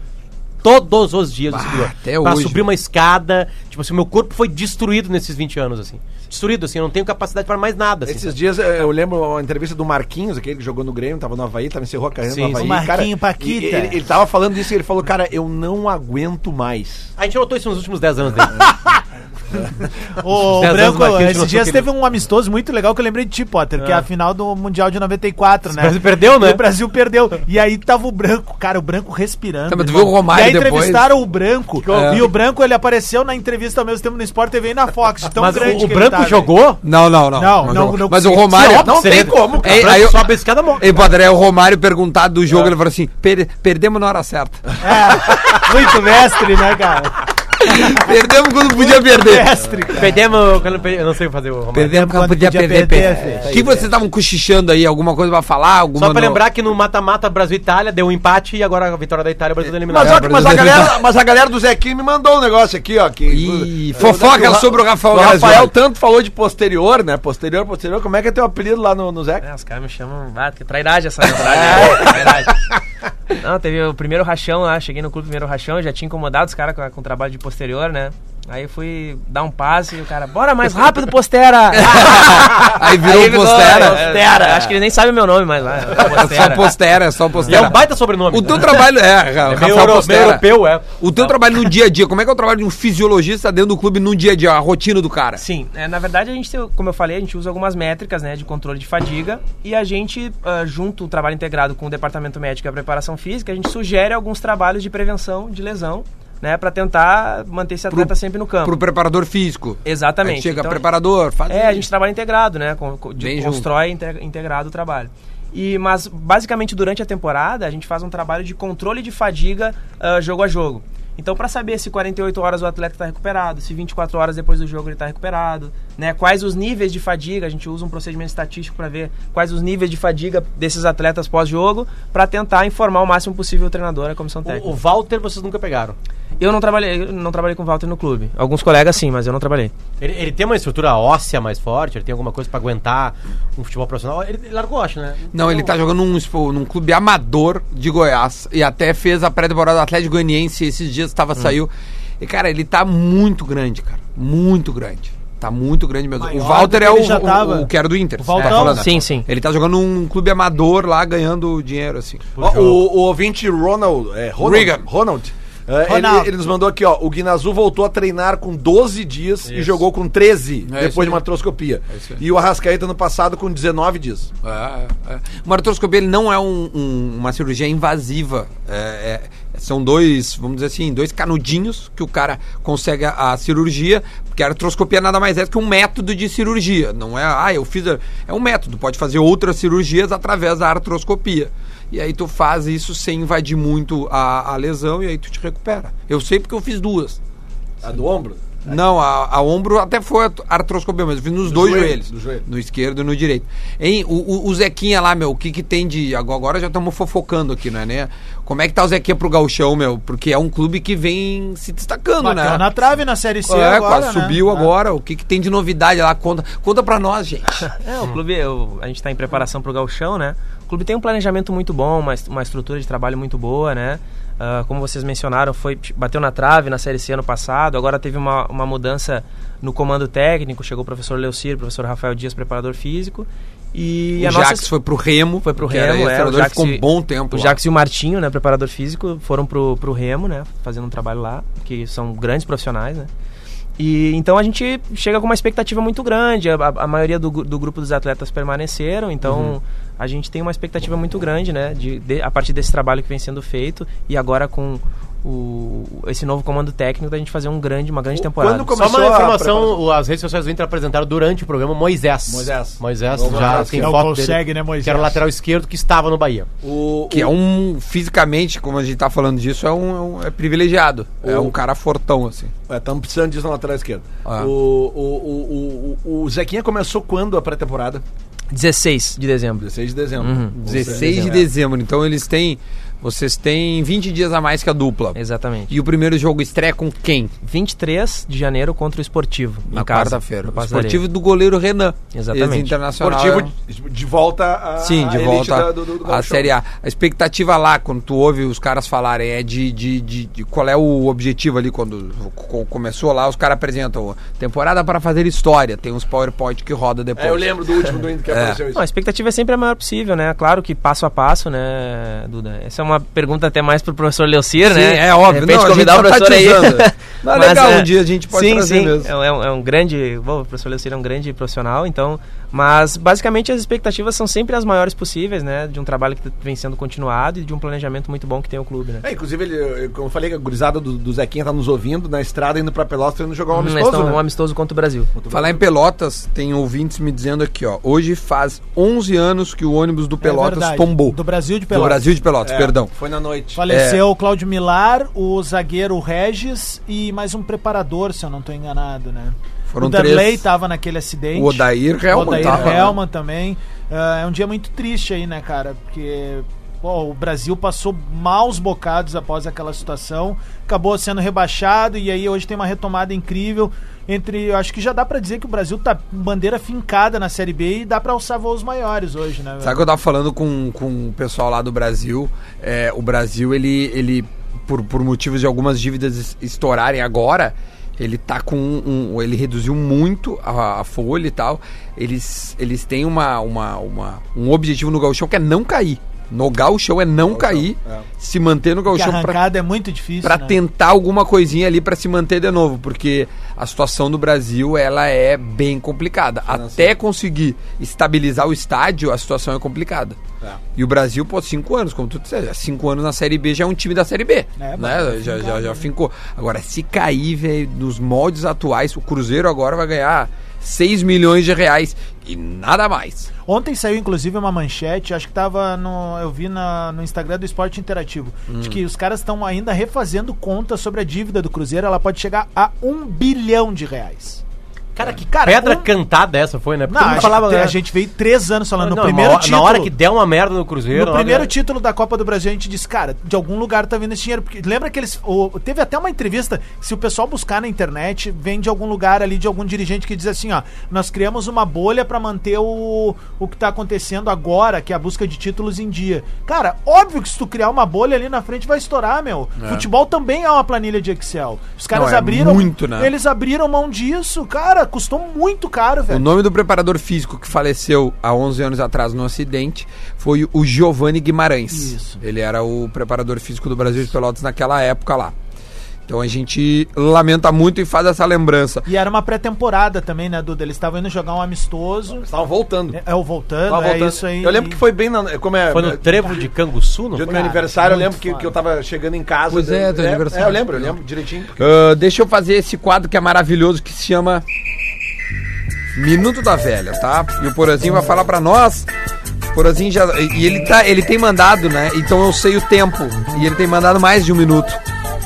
Speaker 4: Todos os dias eu sinto dor.
Speaker 3: até
Speaker 4: pra
Speaker 3: hoje,
Speaker 4: subir uma escada, tipo assim, meu corpo foi destruído nesses 20 anos, assim. Destruído, assim, eu não tenho capacidade pra mais nada, assim.
Speaker 5: Esses dias eh, eu lembro uma entrevista do Marquinhos, aquele que jogou no Grêmio, tava no Havaí, tava encerrou a carreira
Speaker 4: Sim,
Speaker 5: no Havaí.
Speaker 9: sim. O Marquinho
Speaker 5: cara,
Speaker 9: Paquita.
Speaker 5: e- Ele, ele tava falando isso e ele falou, cara, eu não aguento mais.
Speaker 4: A gente notou isso nos últimos 10 anos dele.
Speaker 9: Ô,
Speaker 4: Dez anos
Speaker 9: Branco,
Speaker 4: mais que a gente
Speaker 9: esses
Speaker 4: não
Speaker 9: dias
Speaker 4: queria.
Speaker 9: teve um amistoso muito legal que eu lembrei de ti, Potter, que é a final do Mundial de 94,
Speaker 4: O
Speaker 9: né?
Speaker 4: Brasil perdeu,
Speaker 9: E
Speaker 4: né?
Speaker 9: o Brasil perdeu. E aí tava o branco, cara, o branco respirando.
Speaker 3: Tá, mas tu
Speaker 9: irmão.
Speaker 3: viu o Romário
Speaker 9: e aí
Speaker 3: depois?
Speaker 9: entrevistaram o branco.
Speaker 3: É.
Speaker 9: E o branco, ele apareceu na entrevista ao mesmo tempo no Sport TV e na Fox. de Tão
Speaker 4: Mas o,
Speaker 9: grande
Speaker 4: o
Speaker 9: que ele
Speaker 4: Branco
Speaker 9: tá, velho.
Speaker 4: jogou?
Speaker 3: Não, não, não.
Speaker 9: Não, não,
Speaker 3: jogou.
Speaker 9: não.
Speaker 3: Mas o Romário.
Speaker 4: Não tem como,
Speaker 3: É, aí eu-
Speaker 4: Só a escada morre.
Speaker 3: Ei, Padre, aí o Romário perguntado do jogo, ele falou assim: "Per- perdemos na hora certa.
Speaker 9: É, muito mestre, né, cara?
Speaker 3: perdemos quando podia perder.
Speaker 9: Mestre, cara.
Speaker 4: Perdemos. quando per- Eu não sei fazer o Romário.
Speaker 3: Perdemos quando podia, perder.
Speaker 9: perder,
Speaker 3: O que vocês estavam cochichando aí? Alguma coisa pra falar? Alguma
Speaker 4: Só pra
Speaker 3: no-
Speaker 4: lembrar que no mata-mata Brasil e Itália deu um empate e agora a vitória da Itália, o Brasil tá eliminado.
Speaker 5: Mas, ó, que- mas a
Speaker 3: Brasil-
Speaker 5: galera, mas a galera do Zequinho me mandou um negócio aqui, ó. Que,
Speaker 3: então. Ih,
Speaker 5: Eu-
Speaker 3: fofoca
Speaker 5: Ra-
Speaker 3: sobre o Rafael
Speaker 5: O Rafael
Speaker 3: Grazioli.
Speaker 5: tanto falou de posterior, né? Posterior, posterior. Como é que é teu apelido lá no, no Zeca?
Speaker 7: É, os caras me chamam. Ah, que trairagem essa verdade. trairagem. Não, teve o primeiro rachão lá, cheguei no clube, primeiro rachão, já tinha incomodado os caras com, a- com o trabalho de posterior, né? Aí eu fui dar um passe e o cara, bora mais rápido, postera!
Speaker 3: Aí virou um
Speaker 7: Aí ficou,
Speaker 3: postera.
Speaker 7: é, é, acho que ele nem sabe o meu nome mais lá.
Speaker 3: É só postera, é só
Speaker 4: E é um
Speaker 3: postera.
Speaker 4: baita sobrenome.
Speaker 3: O teu
Speaker 4: né?
Speaker 3: trabalho é, Ra-
Speaker 4: meio,
Speaker 3: Rafael
Speaker 4: euro, meio
Speaker 3: Postera.
Speaker 4: europeu, é.
Speaker 3: O teu trabalho no dia a dia, como é que é o trabalho de um fisiologista dentro do clube no dia a dia, a rotina do cara?
Speaker 7: Sim, é, na verdade a gente, tem- como eu falei, a gente usa algumas métricas né, de controle de fadiga e a gente, ah, junto o trabalho integrado com o departamento médico e a preparação física, a gente sugere alguns trabalhos de prevenção de lesão, né, para tentar manter esse atleta sempre no campo.
Speaker 3: Pro preparador físico.
Speaker 7: Exatamente.
Speaker 3: Aí chega
Speaker 7: Então,
Speaker 3: preparador, faz
Speaker 7: É, a gente trabalha integrado, né? com- co- de-
Speaker 3: Bem junto.
Speaker 7: constrói inte- integrado o trabalho. E, mas, basicamente, durante a temporada, a gente faz um trabalho de controle de fadiga ah, jogo a jogo. Então, para saber se 48 horas o atleta está recuperado, se 24 horas depois do jogo ele está recuperado, né? quais os níveis de fadiga, a gente usa um procedimento estatístico para ver quais os níveis de fadiga desses atletas pós-jogo, para tentar informar o máximo possível o treinador, a comissão técnica.
Speaker 4: O, o Walter vocês nunca pegaram.
Speaker 7: Eu não trabalhei, eu não trabalhei com o Walter no clube. Alguns colegas sim, mas eu não trabalhei.
Speaker 4: Ele, ele tem uma estrutura óssea mais forte, ele tem alguma coisa pra aguentar um futebol profissional. Ele, ele largou, acho, né?
Speaker 3: Não, ele tá jogando num, espo- num clube amador de Goiás e até fez a pré-temporada do Atlético Goianiense esses dias
Speaker 9: Hum.
Speaker 3: tava saiu. E cara, ele tá muito grande, cara, muito grande. Tá muito grande mesmo.
Speaker 9: Maior
Speaker 3: o Walter
Speaker 9: do que
Speaker 3: é
Speaker 9: ele
Speaker 3: o,
Speaker 9: já
Speaker 3: o-
Speaker 9: tava.
Speaker 3: o que era do Inter.
Speaker 9: O
Speaker 3: você tá
Speaker 9: Valtão.
Speaker 3: falando.
Speaker 7: Sim, sim.
Speaker 3: Ele tá jogando num clube amador lá ganhando dinheiro assim.
Speaker 5: Ó, o, o ouvinte Ronald. É, Ronald.
Speaker 3: Reagan.
Speaker 5: Ronald. é,
Speaker 9: Ronaldo.
Speaker 5: Ele, ele nos mandou aqui, ó. O Guinazu voltou a treinar com 12 dias e jogou com 13
Speaker 3: É isso
Speaker 5: depois
Speaker 3: aí.
Speaker 5: de uma troscopia.
Speaker 3: isso aí.
Speaker 5: e o Arrascaeta no passado com 19 dias.
Speaker 3: É, é. Uma artroscopia ele não é um- um- uma cirurgia invasiva. É, é- são dois, vamos dizer assim, dois canudinhos que o cara consegue a, a cirurgia, porque a artroscopia nada mais é do que um método de cirurgia. Não é, ah, eu fiz. a-" é um método, pode fazer outras cirurgias através da artroscopia. E aí tu faz isso sem invadir muito a, a lesão e aí tu te recupera. Eu sei porque eu fiz duas.
Speaker 5: A É do ombro?
Speaker 3: Não, a, a ombro até foi a artroscopia, mas eu fiz nos dois
Speaker 5: joelho,
Speaker 3: joelhos.
Speaker 5: do joelho.
Speaker 3: No esquerdo e no direito. Hein, o, o- o Zequinha lá, meu, o que que tem de... Agora já estamos fofocando aqui, não é, né? Como é que tá o Zequinha pro gauchão, meu? Porque é um clube que vem se destacando,
Speaker 9: Bateu
Speaker 3: né?
Speaker 9: na trave na Série C
Speaker 3: É,
Speaker 9: agora,
Speaker 3: quase
Speaker 9: né?
Speaker 3: subiu
Speaker 9: É.
Speaker 3: agora. O que que tem de novidade lá? Conta, conta pra nós, gente.
Speaker 7: É, o clube, eu- a gente está em preparação para o gauchão, né? O clube tem um planejamento muito bom, uma, est- uma estrutura de trabalho muito boa, né? Ah, como vocês mencionaram, foi bateu na trave na Série C ano passado, agora teve uma, uma mudança no comando técnico, chegou o professor Leocir, o professor Rafael Dias, preparador físico, e
Speaker 3: o
Speaker 7: a
Speaker 3: Jax
Speaker 7: nossa...
Speaker 3: foi pro Remo.
Speaker 7: Foi pro
Speaker 3: que era
Speaker 7: Remo, é,
Speaker 3: ex-treinador,
Speaker 7: o Jax
Speaker 3: ficou um
Speaker 7: e-
Speaker 3: bom tempo
Speaker 7: O
Speaker 3: lá.
Speaker 7: Jax e o Martinho, né, preparador físico, foram pro, pro Remo, né, fazendo um trabalho lá, que são grandes profissionais, né. E então a gente chega com uma expectativa muito grande. A, a- a maioria do, gru- do grupo dos atletas permaneceram, então
Speaker 3: Uhum.
Speaker 7: a gente tem uma expectativa muito grande, né, de, de- a partir desse trabalho que vem sendo feito e agora com o, esse novo comando técnico da gente fazer um grande, uma grande temporada.
Speaker 5: Quando começou
Speaker 4: Só uma
Speaker 5: a
Speaker 4: informação,
Speaker 5: preparação?
Speaker 4: o- as redes sociais do Inter apresentaram durante o programa Moisés.
Speaker 5: Moisés.
Speaker 4: Moisés,
Speaker 5: Novo
Speaker 4: já
Speaker 5: Moisés,
Speaker 4: tem
Speaker 9: Não
Speaker 4: foto
Speaker 9: consegue,
Speaker 4: dele,
Speaker 9: né, Moisés?
Speaker 4: Que era o lateral esquerdo que estava no Bahia.
Speaker 5: O,
Speaker 3: Que é um... Fisicamente, como a gente tá falando disso, é um... É, um- é privilegiado. É um cara fortão, assim.
Speaker 5: Estamos é, precisando disso na lateral esquerda.
Speaker 3: Ah.
Speaker 5: O, o, o, o, o Zequinha começou quando a pré-temporada?
Speaker 7: 16 de dezembro.
Speaker 5: 16 de dezembro. é
Speaker 7: Uhum.
Speaker 3: 16 de dezembro. Então eles têm. Vocês têm 20 dias a mais que a dupla.
Speaker 7: Exatamente.
Speaker 3: E o primeiro jogo estreia com quem?
Speaker 7: 23 de janeiro contra o Esportivo. em
Speaker 3: Na
Speaker 7: casa,
Speaker 3: quarta-feira.
Speaker 7: no
Speaker 3: O
Speaker 7: Passo da Areia.
Speaker 3: esportivo do goleiro Renan.
Speaker 7: Exatamente.
Speaker 3: Internacional.
Speaker 5: Esportivo de- de volta à
Speaker 3: Sim, de
Speaker 5: elite
Speaker 3: volta
Speaker 5: da- do- do- do
Speaker 3: à
Speaker 5: gauchão.
Speaker 3: Série A. A expectativa lá, quando tu ouve os caras falarem, é de, de, de- de qual é o objetivo ali, quando co- começou lá, os caras apresentam temporada para fazer história, tem uns PowerPoint que roda depois.
Speaker 5: É, eu lembro do último do Inter que apareceu isso.
Speaker 7: Não, a expectativa é sempre a maior possível, né? Claro que passo a passo, né, Duda? Essa é uma pergunta até mais pro professor Leocir,
Speaker 3: Sim,
Speaker 7: né?
Speaker 3: é óbvio.
Speaker 7: De repente,
Speaker 3: Não, a gente
Speaker 7: convidar
Speaker 3: só
Speaker 7: o
Speaker 3: tá
Speaker 7: professor
Speaker 3: te
Speaker 7: aí.
Speaker 3: usando. Não, é legal,
Speaker 7: é,
Speaker 3: um dia a gente pode
Speaker 7: sim,
Speaker 3: trazer
Speaker 7: sim.
Speaker 3: mesmo.
Speaker 7: É, um- é um, é um grande... Bom, o professor Leocir é um grande profissional, então... Mas, basicamente, as expectativas são sempre as maiores possíveis, né? De um trabalho que vem sendo continuado e de um planejamento muito bom que tem o clube, né?
Speaker 10: É, inclusive, ele, eu- como eu falei, a gurizada do, do Zequinha tá nos ouvindo na estrada, indo pra Pelotas, indo jogar um
Speaker 3: Hum,
Speaker 7: Nós
Speaker 10: amistoso.
Speaker 7: estamos
Speaker 10: né?
Speaker 7: um amistoso contra o Brasil.
Speaker 3: Falar em Pelotas, tem ouvintes me dizendo aqui, ó. Hoje faz 11 anos que o ônibus
Speaker 5: É
Speaker 3: do Pelotas
Speaker 9: verdade.
Speaker 3: tombou. É.
Speaker 9: Do
Speaker 3: Do,
Speaker 9: Brasil de Pelotas.
Speaker 3: Brasil de Pelotas,
Speaker 10: É,
Speaker 3: perdão.
Speaker 10: Foi na noite. É,
Speaker 9: Faleceu o Cláudio Milar, o zagueiro Regis e mais um preparador, se eu não tô enganado, né?
Speaker 3: Foram
Speaker 9: o Darley
Speaker 3: três.
Speaker 9: estava naquele acidente.
Speaker 3: O Odair Helman
Speaker 9: O Odair
Speaker 3: tava, né?
Speaker 9: Helman também. Ah, é um dia muito triste aí, né, cara? Porque pô, o Brasil passou maus bocados após aquela situação. Acabou sendo rebaixado e aí hoje tem uma retomada incrível. Entre, eu acho que já dá pra dizer que o Brasil tá com bandeira fincada na Série B e dá pra alçar voos maiores hoje, né? velho?
Speaker 3: Sabe o que eu tava falando com, com o pessoal lá do Brasil? É, o Brasil, ele, ele por, por motivos de algumas dívidas es- estourarem agora, ele tá com um, um- ele reduziu muito a, a folha e tal. Eles, eles têm uma, uma, uma- um objetivo no gauchão que é não cair. No gauchão é não cair, se manter no
Speaker 9: Porque a
Speaker 3: gauchão pra-
Speaker 9: arrancada é muito difícil.
Speaker 3: Pra
Speaker 9: né?
Speaker 3: tentar alguma coisinha ali pra se manter de novo, porque a situação do Brasil ela é bem complicada. Até conseguir estabilizar o estádio, a situação é complicada. E o Brasil, pô, cinco anos, como tu disseste, cinco anos na Série B já é um time da Série B, né?
Speaker 9: É, mas
Speaker 3: Já,
Speaker 9: fincado,
Speaker 3: já, já
Speaker 9: né?
Speaker 3: fincou. Agora, se cair, velho, nos moldes atuais, o Cruzeiro agora vai ganhar 6 milhões de reais e nada mais.
Speaker 9: Ontem saiu, inclusive, uma manchete, acho que tava no. Eu vi na- no Instagram do Esporte Interativo. De que os caras estão ainda refazendo conta sobre a dívida do Cruzeiro. Ela pode chegar a um bilhão de reais.
Speaker 4: Cara, que
Speaker 9: Cara,
Speaker 4: pedra
Speaker 9: um-
Speaker 4: cantada essa foi, né? Porque
Speaker 9: Não,
Speaker 4: todo mundo
Speaker 9: a,
Speaker 4: falava,
Speaker 9: gente,
Speaker 4: né?
Speaker 9: a gente veio três anos falando.
Speaker 4: Não,
Speaker 9: no primeiro
Speaker 4: na, hora-
Speaker 9: título.
Speaker 4: na hora que der uma merda no Cruzeiro.
Speaker 9: No
Speaker 4: na hora
Speaker 9: primeiro
Speaker 4: que-
Speaker 9: título da Copa do Brasil, a gente disse, cara, de algum lugar tá vindo esse dinheiro. Porque lembra que eles. o- teve até uma entrevista, se o pessoal buscar na internet, vem de algum lugar ali, de algum dirigente que diz assim, ó, nós criamos uma bolha pra manter o, o que tá acontecendo agora, que é a busca de títulos em dia. Cara, óbvio que se tu criar uma bolha ali na frente, vai estourar, meu. Futebol também é uma planilha de Excel. Os caras
Speaker 3: Não, é
Speaker 9: abriram.
Speaker 3: muito, né?
Speaker 9: Eles abriram mão disso, cara, custou muito caro,
Speaker 3: O
Speaker 9: velho.
Speaker 3: nome do preparador físico que faleceu há 11 anos atrás no acidente foi o Giovanni Guimarães.
Speaker 9: Isso.
Speaker 3: Ele era o preparador físico do Brasil de Pelotas naquela época lá. Então a gente lamenta muito e faz essa lembrança.
Speaker 9: E era uma pré-temporada também, né, Duda? Eles estavam indo jogar um amistoso.
Speaker 10: Estavam voltando.
Speaker 9: É, é o voltando,
Speaker 10: Tava
Speaker 9: é
Speaker 10: voltando.
Speaker 9: isso aí.
Speaker 10: Eu lembro que foi bem na. Como é,
Speaker 4: Foi no trevo de Canguçu, não
Speaker 10: Dia do
Speaker 4: foi?
Speaker 10: meu aniversário, eu
Speaker 9: muito
Speaker 10: lembro que,
Speaker 9: foda.
Speaker 10: que eu tava chegando em casa. né?
Speaker 3: Pois é, teu aniversário.
Speaker 10: eu lembro, eu lembro direitinho.
Speaker 3: Ah, deixa eu fazer esse quadro que é maravilhoso que se chama Minuto da Velha, tá? E o Porazinho vai falar pra nós. O Porazinho já e ele tá, ele tem mandado, né? Então eu sei o tempo e ele tem mandado mais de um minuto,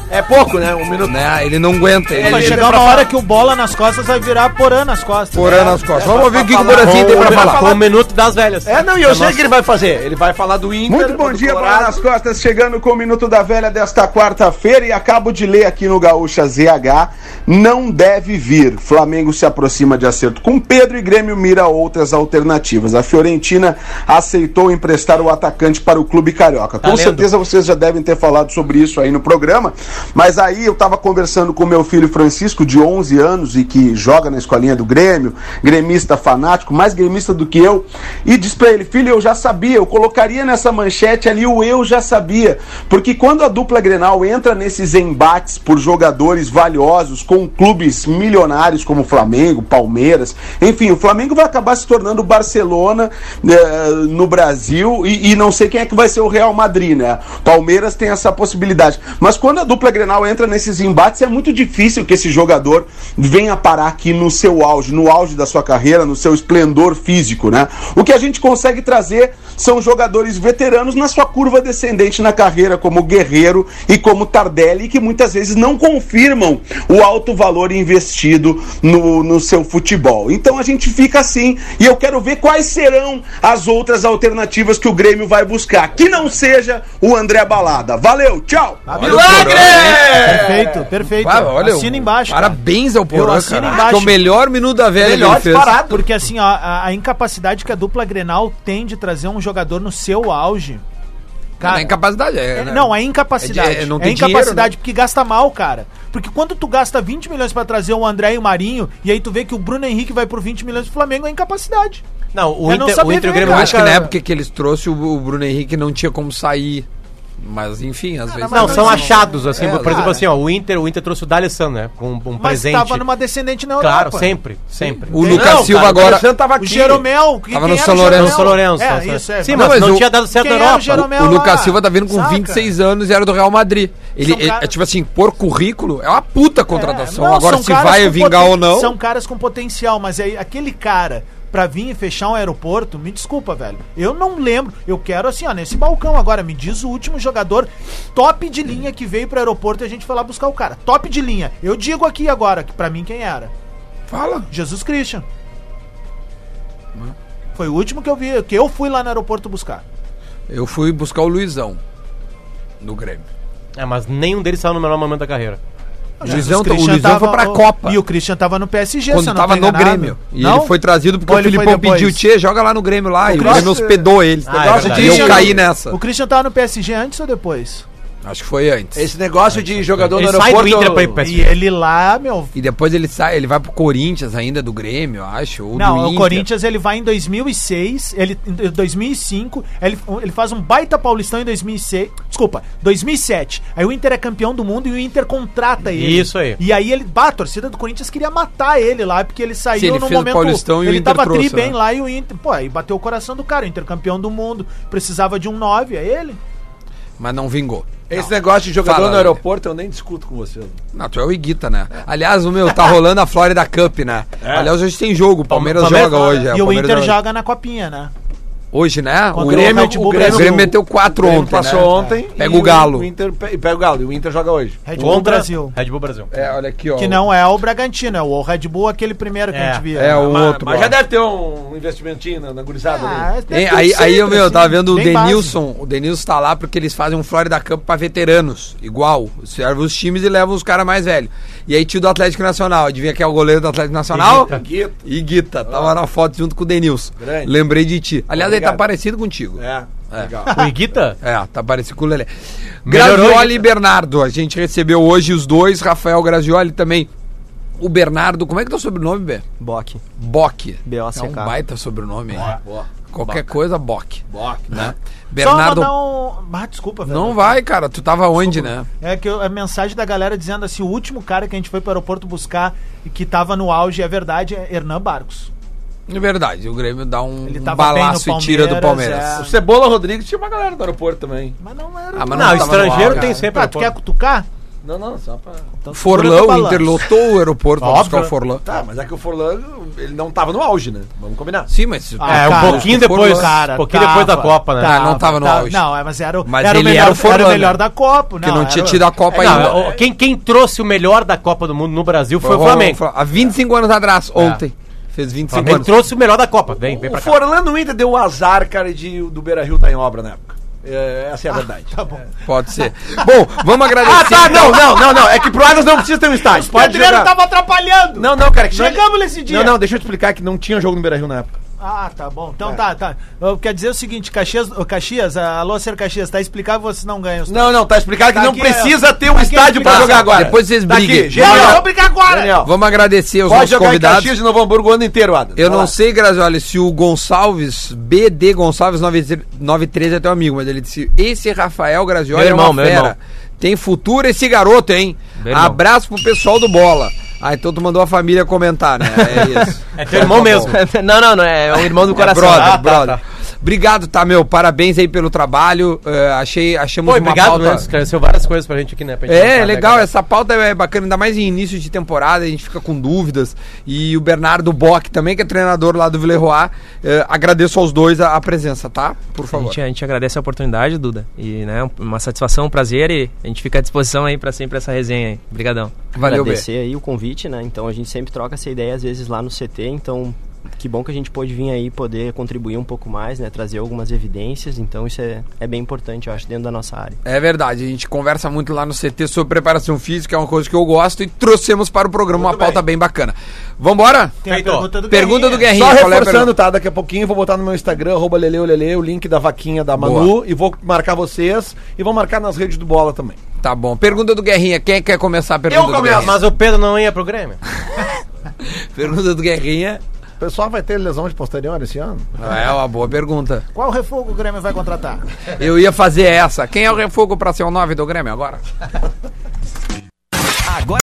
Speaker 10: É pouco, né? Um minuto.
Speaker 3: né? Ele não aguenta. Ele,
Speaker 9: Vai
Speaker 3: ele
Speaker 9: chegar uma hora que o bola nas costas vai virar porã nas costas.
Speaker 3: Porã nas costas. Vamos ouvir o que que o Borazinho tem pra falar.
Speaker 4: Com o minuto das velhas.
Speaker 10: É, não, e eu sei o que ele vai fazer. Ele vai falar do Inter.
Speaker 5: Muito bom
Speaker 10: do
Speaker 5: dia, Bola
Speaker 10: Colorado.
Speaker 5: nas Costas, chegando com o Minuto da Velha desta quarta-feira e acabo de ler aqui no Gaúcha ZH, não deve vir. Flamengo se aproxima de acerto com Pedro e Grêmio mira outras alternativas. A Fiorentina aceitou emprestar o atacante para o clube carioca.
Speaker 10: Tá
Speaker 5: Com
Speaker 4: lendo.
Speaker 5: certeza vocês já devem ter falado sobre isso aí no programa, mas aí eu estava conversando com meu filho Francisco, de 11 anos e que joga na escolinha do Grêmio, gremista fanático, mais gremista do que eu, e disse pra ele: Filho, eu já sabia, eu colocaria nessa manchete ali o eu já sabia, porque quando a dupla Grenal entra nesses embates por jogadores valiosos com clubes milionários como Flamengo, Palmeiras, enfim, o Flamengo vai acabar se tornando o Barcelona eh, no Brasil e, e não sei quem é que vai ser o Real Madrid, né? Palmeiras tem essa possibilidade. Mas quando a dupla Grenal entra nesses embates, é muito difícil que esse jogador venha parar aqui no seu auge, no auge da sua carreira, no seu esplendor físico, né? O que a gente consegue trazer são jogadores veteranos na sua curva descendente na carreira, como Guerreiro e como Tardelli, que muitas vezes não confirmam o alto valor investido no, no seu futebol. Então a gente fica assim, e eu quero ver quais serão as outras alternativas que o Grêmio vai buscar, que não seja o André Balada. Valeu, tchau!
Speaker 9: É. Perfeito, perfeito.
Speaker 3: Ah, olha,
Speaker 9: Assina
Speaker 3: o-
Speaker 9: embaixo. cara.
Speaker 3: Parabéns ao
Speaker 9: Eu
Speaker 3: Porã,
Speaker 9: assino
Speaker 3: cara.
Speaker 9: embaixo.
Speaker 3: Que é o melhor minuto da velha
Speaker 10: Melhor
Speaker 3: que ele fez.
Speaker 10: disparado.
Speaker 9: Porque assim, ó, a, a incapacidade que a dupla Grenal tem de trazer um jogador no seu auge.
Speaker 3: Cara, é
Speaker 9: Cara,
Speaker 3: incapacidade. É,
Speaker 9: É,
Speaker 3: né?
Speaker 9: não, é incapacidade.
Speaker 3: É
Speaker 9: É,
Speaker 3: de- é, não tem
Speaker 9: incapacidade
Speaker 3: dinheiro,
Speaker 9: porque gasta mal, cara. Porque quando tu gasta 20 milhões pra trazer o André e o Marinho, e aí tu vê que o Bruno Henrique vai por 20 milhões pro Flamengo, é incapacidade.
Speaker 4: Não, o
Speaker 9: Eu não
Speaker 4: Inter, o
Speaker 9: sabia
Speaker 4: Inter e o
Speaker 9: ver,
Speaker 4: Grêmio
Speaker 3: Eu
Speaker 9: cara.
Speaker 3: acho que na época que eles trouxeram o o Bruno Henrique não tinha como sair. Mas enfim, às vezes.
Speaker 4: Não, são achados, assim.
Speaker 3: É,
Speaker 4: por exemplo,
Speaker 3: claro.
Speaker 4: assim, ó, o Inter, o Inter trouxe o D'Alessandro, né? Com um
Speaker 9: Mas
Speaker 4: presente.
Speaker 9: estava numa descendente na Europa.
Speaker 4: Claro, sempre, sempre.
Speaker 3: O Lucas
Speaker 5: Não,
Speaker 3: Silva
Speaker 5: cara,
Speaker 3: agora.
Speaker 5: Alexandre tava
Speaker 9: O
Speaker 5: aqui.
Speaker 9: Jeromel. que-
Speaker 3: Tava
Speaker 9: quem
Speaker 3: no
Speaker 9: era
Speaker 3: São
Speaker 9: o
Speaker 3: Lourenço. né?
Speaker 9: Jeromel?
Speaker 4: São Lourenço,
Speaker 9: É,
Speaker 4: São Lourenço.
Speaker 9: isso, é.
Speaker 4: Sim,
Speaker 9: Não,
Speaker 4: mas,
Speaker 3: mas
Speaker 4: não
Speaker 3: o-
Speaker 4: tinha dado certo
Speaker 9: quem
Speaker 4: na
Speaker 9: era o
Speaker 4: Europa. né?
Speaker 9: Jeromel?
Speaker 3: O
Speaker 9: lá.
Speaker 3: Lucas Silva tá vindo com
Speaker 9: Saca?
Speaker 3: 26 anos e era do Real Madrid. Ele,
Speaker 9: São
Speaker 3: é-
Speaker 9: cara-
Speaker 3: é tipo assim, por currículo, é uma puta contratação.
Speaker 9: É, não,
Speaker 3: Agora,
Speaker 9: são
Speaker 3: se
Speaker 9: caras
Speaker 3: vai
Speaker 9: com
Speaker 3: vingar
Speaker 9: poten-
Speaker 3: ou não.
Speaker 9: São caras com potencial, mas aí aquele cara pra vir e fechar um aeroporto, me desculpa, velho. Eu não lembro. Eu quero assim, ó, nesse balcão agora, me diz o último jogador top de linha que veio pro aeroporto e a gente foi lá buscar o cara. Top de linha. Eu digo aqui agora, que pra mim quem era?
Speaker 3: Fala.
Speaker 9: Jesus Christian. Foi o último que eu vi, que eu fui lá no aeroporto buscar.
Speaker 3: Eu fui buscar o Luizão no Grêmio.
Speaker 4: É, mas nenhum deles saiu no melhor momento da carreira.
Speaker 9: O
Speaker 3: Luizão- o Luizão foi pra
Speaker 9: o-
Speaker 3: Copa.
Speaker 9: E o Christian tava no PSG, se
Speaker 3: Quando
Speaker 9: eu
Speaker 3: tava
Speaker 9: tô
Speaker 3: no
Speaker 9: tá enganado.
Speaker 3: Grêmio. E
Speaker 9: Não?
Speaker 3: ele foi trazido porque
Speaker 9: Ou
Speaker 3: o
Speaker 9: ele foi
Speaker 3: Filipão pediu,
Speaker 9: depois?
Speaker 3: Tchê, joga lá no Grêmio lá. e o
Speaker 9: Cross-
Speaker 3: Grêmio hospedou ele.
Speaker 4: Ah, é verdade.
Speaker 3: e eu
Speaker 9: Christian-
Speaker 3: caí nessa.
Speaker 9: O Christian tava no PSG antes ou depois?
Speaker 3: Acho que foi antes.
Speaker 5: Esse negócio de jogador
Speaker 4: Ele
Speaker 5: no
Speaker 4: sai do
Speaker 5: aeroporto.
Speaker 4: Inter pra ir pro PSG.
Speaker 9: E ele lá, meu.
Speaker 3: E depois ele sai, ele vai pro Corinthians ainda do Grêmio, acho. Ou do
Speaker 9: Não, o
Speaker 3: Inter.
Speaker 9: Corinthians ele vai em 2006, ele em 2005, ele, ele faz um baita paulistão em 2006, desculpa, 2007. Aí o Inter é campeão do mundo e o Inter contrata ele.
Speaker 4: Isso aí.
Speaker 9: E aí ele, bah, a torcida do Corinthians queria matar ele lá porque ele saiu
Speaker 3: Sim, ele
Speaker 9: no
Speaker 3: fez o
Speaker 9: momento
Speaker 3: Paulistão e o
Speaker 9: ele
Speaker 3: Inter
Speaker 9: tava
Speaker 3: trouxe,
Speaker 9: tri bem
Speaker 3: né?
Speaker 9: lá e o Inter, pô, aí bateu o coração do cara, o Inter campeão do mundo, precisava de um 9, é ele.
Speaker 3: Mas não vingou.
Speaker 5: Esse negócio de jogador
Speaker 3: Fala,
Speaker 5: no
Speaker 3: Lelê.
Speaker 5: aeroporto eu nem discuto com você.
Speaker 3: Não, tu é o Iguita, né? Aliás, o meu, tá rolando a Florida Cup, né? Aliás, hoje tem jogo. O Palmeiras,
Speaker 4: Palmeiras
Speaker 3: joga hoje. é,
Speaker 9: e o
Speaker 3: Palmeiras
Speaker 9: Inter
Speaker 3: joga-
Speaker 9: joga na copinha, né?
Speaker 3: Hoje, né?
Speaker 9: Contra o Grêmio- Red Bull
Speaker 3: o Grêmio,
Speaker 9: Brasil.
Speaker 3: meteu quatro
Speaker 5: Ontem,
Speaker 3: ontem.
Speaker 5: passou
Speaker 3: né?
Speaker 5: ontem.
Speaker 3: Pega
Speaker 5: É. e
Speaker 3: o Galo.
Speaker 5: O Inter pe- pega o Galo. E o Inter joga hoje.
Speaker 9: Red Bull
Speaker 4: Contra
Speaker 9: Brasil.
Speaker 4: Red Bull Brasil.
Speaker 3: É, olha aqui, ó.
Speaker 9: Que não é o Bragantino, é o Red Bull, aquele primeiro que a
Speaker 4: É,
Speaker 9: gente via.
Speaker 3: É, o
Speaker 5: Mas-
Speaker 3: outro.
Speaker 5: Mas
Speaker 3: ó.
Speaker 5: Ah, já deve ter um investimentinho na, na gurizada ali.
Speaker 9: Ah,
Speaker 3: Hein,
Speaker 9: deve ter
Speaker 3: aí,
Speaker 9: sido,
Speaker 3: aí eu, meu, eu
Speaker 9: assim,
Speaker 3: tava vendo o
Speaker 9: bem
Speaker 3: Denilson. O Denilson tá lá porque eles fazem um Florida Cup pra veteranos. Igual. Servem os times e levam os caras mais velhos. E aí, tio do Atlético Nacional. Adivinha quem é o goleiro do Atlético Nacional?
Speaker 5: Guito.
Speaker 3: Iguita. Tava na foto junto com o Denilson.
Speaker 5: Grande.
Speaker 3: Lembrei de ti. Aliás, ele tá
Speaker 5: Obrigado.
Speaker 3: parecido contigo.
Speaker 5: É, legal.
Speaker 4: O Iguita?
Speaker 3: É, tá parecido com o Lelé.
Speaker 4: Melhorou,
Speaker 3: Grazioli e Bernardo. A gente recebeu hoje os dois, Rafael Grazioli também. O Bernardo, como é que tá o sobrenome, Bé?
Speaker 8: Bock.
Speaker 3: Bock. É
Speaker 8: B.O.C.K..
Speaker 3: um baita sobrenome, hein?
Speaker 5: Boa.
Speaker 3: Qualquer coisa, Bock.
Speaker 5: Bock.
Speaker 3: Né?
Speaker 9: Só
Speaker 3: Bernardo.
Speaker 9: mandar um... Ah, desculpa, velho.
Speaker 3: Não vai, cara. Tu tava onde, né?
Speaker 9: É que eu- a mensagem da galera dizendo assim, o último cara que a gente foi pro aeroporto buscar e que tava no auge, é verdade, é Hernan Barcos.
Speaker 3: É verdade, o Grêmio dá um
Speaker 9: Ele tava
Speaker 3: balaço
Speaker 9: bem
Speaker 3: e
Speaker 9: no
Speaker 3: tira do
Speaker 9: Palmeiras,
Speaker 3: Palmeiras.
Speaker 5: O Cebola Rodrigues tinha uma galera do aeroporto também.
Speaker 9: Mas não era...
Speaker 3: Ah, mas
Speaker 4: Não,
Speaker 3: tava no
Speaker 4: estrangeiro
Speaker 3: auge.
Speaker 4: tem
Speaker 9: Tá,
Speaker 4: sempre.
Speaker 9: tu quer cutucar?
Speaker 5: Não, não, só pra.
Speaker 9: Então, segura
Speaker 3: Forlão,
Speaker 9: teu
Speaker 3: o
Speaker 9: balanço.
Speaker 3: Inter lotou o aeroporto pra buscar o
Speaker 4: Óbvio.
Speaker 3: Forlão.
Speaker 5: Tá, mas é que o Forlan, ele não tava no auge, né? Vamos combinar.
Speaker 3: Sim, mas.
Speaker 9: Ah,
Speaker 4: É, um
Speaker 9: cara,
Speaker 4: pouquinho
Speaker 3: o Forlan-
Speaker 4: depois. um pouquinho depois da
Speaker 9: tava,
Speaker 4: Copa, né?
Speaker 3: Ah, não tava no auge.
Speaker 9: Não, é, mas era, o-
Speaker 3: Mas
Speaker 9: era, o
Speaker 3: ele
Speaker 9: melhor,
Speaker 3: era o Forlán,
Speaker 9: melhor
Speaker 3: né?
Speaker 9: da Copa.
Speaker 3: Que não tinha
Speaker 9: era-
Speaker 3: tido a Copa
Speaker 4: É, não,
Speaker 3: ainda.
Speaker 4: o- quem, quem trouxe o melhor da Copa do Mundo no Brasil foi, o Flamengo. O
Speaker 3: Há 25 anos atrás, ontem. Fez 25
Speaker 4: Flamengo
Speaker 3: anos.
Speaker 4: trouxe o melhor da Copa. Vem, vem
Speaker 5: O
Speaker 4: pra cá.
Speaker 5: Forlan no Inter deu o azar, cara, de do Beira Rio tá em obra na época. É, essa é a verdade. Ah,
Speaker 9: Tá bom.
Speaker 3: Pode ser. Bom, vamos agradecer.
Speaker 5: não, não, não, não. É que pro Atlas não precisa ter um estádio.
Speaker 9: O Pedreiro tava atrapalhando.
Speaker 5: Não, não, cara. Que não- é
Speaker 9: Chegamos nesse dia.
Speaker 5: Não, não, deixa eu te explicar que não tinha jogo no Beira Rio na época.
Speaker 9: Ah, tá bom.
Speaker 3: É.
Speaker 9: Então tá, tá. Eu quero dizer o seguinte, Caxias, ô, Caxias, a- alô, Ser Caxias, tá explicável, vocês não ganham. os
Speaker 5: Não, não, tá explicado que
Speaker 9: Tá
Speaker 5: não
Speaker 9: aqui,
Speaker 5: precisa
Speaker 9: ó.
Speaker 5: ter um
Speaker 9: Tá aqui
Speaker 5: estádio pra
Speaker 9: explicado.
Speaker 5: jogar agora.
Speaker 3: Depois vocês
Speaker 5: Tá aqui,
Speaker 3: briguem.
Speaker 5: genial.
Speaker 9: Não, vamos brigar agora.
Speaker 5: Genial.
Speaker 3: Vamos agradecer os
Speaker 5: Pode
Speaker 3: nossos
Speaker 5: jogar em
Speaker 3: convidados.
Speaker 5: Caxias de Novo Hamburgo o ano inteiro, Adam.
Speaker 3: Eu
Speaker 5: Vai
Speaker 3: não
Speaker 5: lá.
Speaker 3: sei, Grazioli, se o Gonçalves, BD Gonçalves 913 é teu amigo, mas ele disse: esse Rafael Grazioli
Speaker 7: Meu
Speaker 3: é
Speaker 7: irmão,
Speaker 3: uma
Speaker 7: meu
Speaker 3: fera.
Speaker 7: irmão.
Speaker 3: Tem futuro esse garoto, hein?
Speaker 7: Meu irmão.
Speaker 3: Abraço pro pessoal do Bola. Ah, então tu mandou a família comentar, né? É isso.
Speaker 4: É teu irmão mesmo.
Speaker 7: Tá não, não, não. É o irmão do coração.
Speaker 3: brother,
Speaker 7: Ah, tá,
Speaker 3: brother.
Speaker 7: tá.
Speaker 3: Obrigado, tá, meu? Parabéns aí pelo trabalho. eh, achei, achamos
Speaker 4: Pô,
Speaker 3: uma
Speaker 4: obrigado,
Speaker 3: pauta-
Speaker 4: né? Esclareceu várias coisas pra gente aqui, né? pra gente
Speaker 3: É,
Speaker 4: pensar, né,
Speaker 3: legal,
Speaker 4: cara?
Speaker 3: essa pauta é bacana, ainda mais em início de temporada, a gente fica com dúvidas. E o Bernardo Bock também, que é treinador lá do Villeroy, eh, agradeço aos dois a, a presença, tá? Por
Speaker 7: A
Speaker 3: favor.
Speaker 7: gente, a gente agradece a oportunidade, Duda. E, né, uma satisfação, um prazer. E a gente fica à disposição aí pra sempre essa resenha aí. Obrigadão.
Speaker 3: Valeu, Bê.
Speaker 8: Agradecer aí o convite, né? Então a gente sempre troca essa ideia às vezes lá no CT, então que bom que a gente pôde vir aí poder contribuir um pouco mais, né? Trazer algumas evidências, então isso é, é bem importante, eu acho, dentro da nossa área.
Speaker 3: É verdade, a gente conversa muito lá no CT sobre preparação física, é uma coisa que eu gosto, e trouxemos para o programa uma pauta bem bacana. Vambora?
Speaker 9: Tem a
Speaker 4: Feito.
Speaker 9: pergunta do
Speaker 3: Pergunta do Guerrinha.
Speaker 5: Só
Speaker 3: qual é a
Speaker 5: reforçando,
Speaker 3: pergunta?
Speaker 5: tá? Daqui a pouquinho eu vou botar no meu Instagram, arroba leleolele, o link da vaquinha da Manu.
Speaker 3: Boa.
Speaker 5: E vou marcar vocês. E vou marcar nas redes do Bola também.
Speaker 3: Tá bom. Pergunta do Guerrinha, quem é quer começar a pergunta do
Speaker 5: começo.
Speaker 3: Guerrinha?
Speaker 4: Mas o Pedro não ia pro Grêmio.
Speaker 3: Pergunta do Guerrinha.
Speaker 5: pessoal vai ter lesão de posterior esse ano?
Speaker 3: É uma boa pergunta.
Speaker 9: Qual refogo o Grêmio vai contratar?
Speaker 3: Eu ia fazer essa. Quem é o refogo pra ser o 9 do Grêmio agora?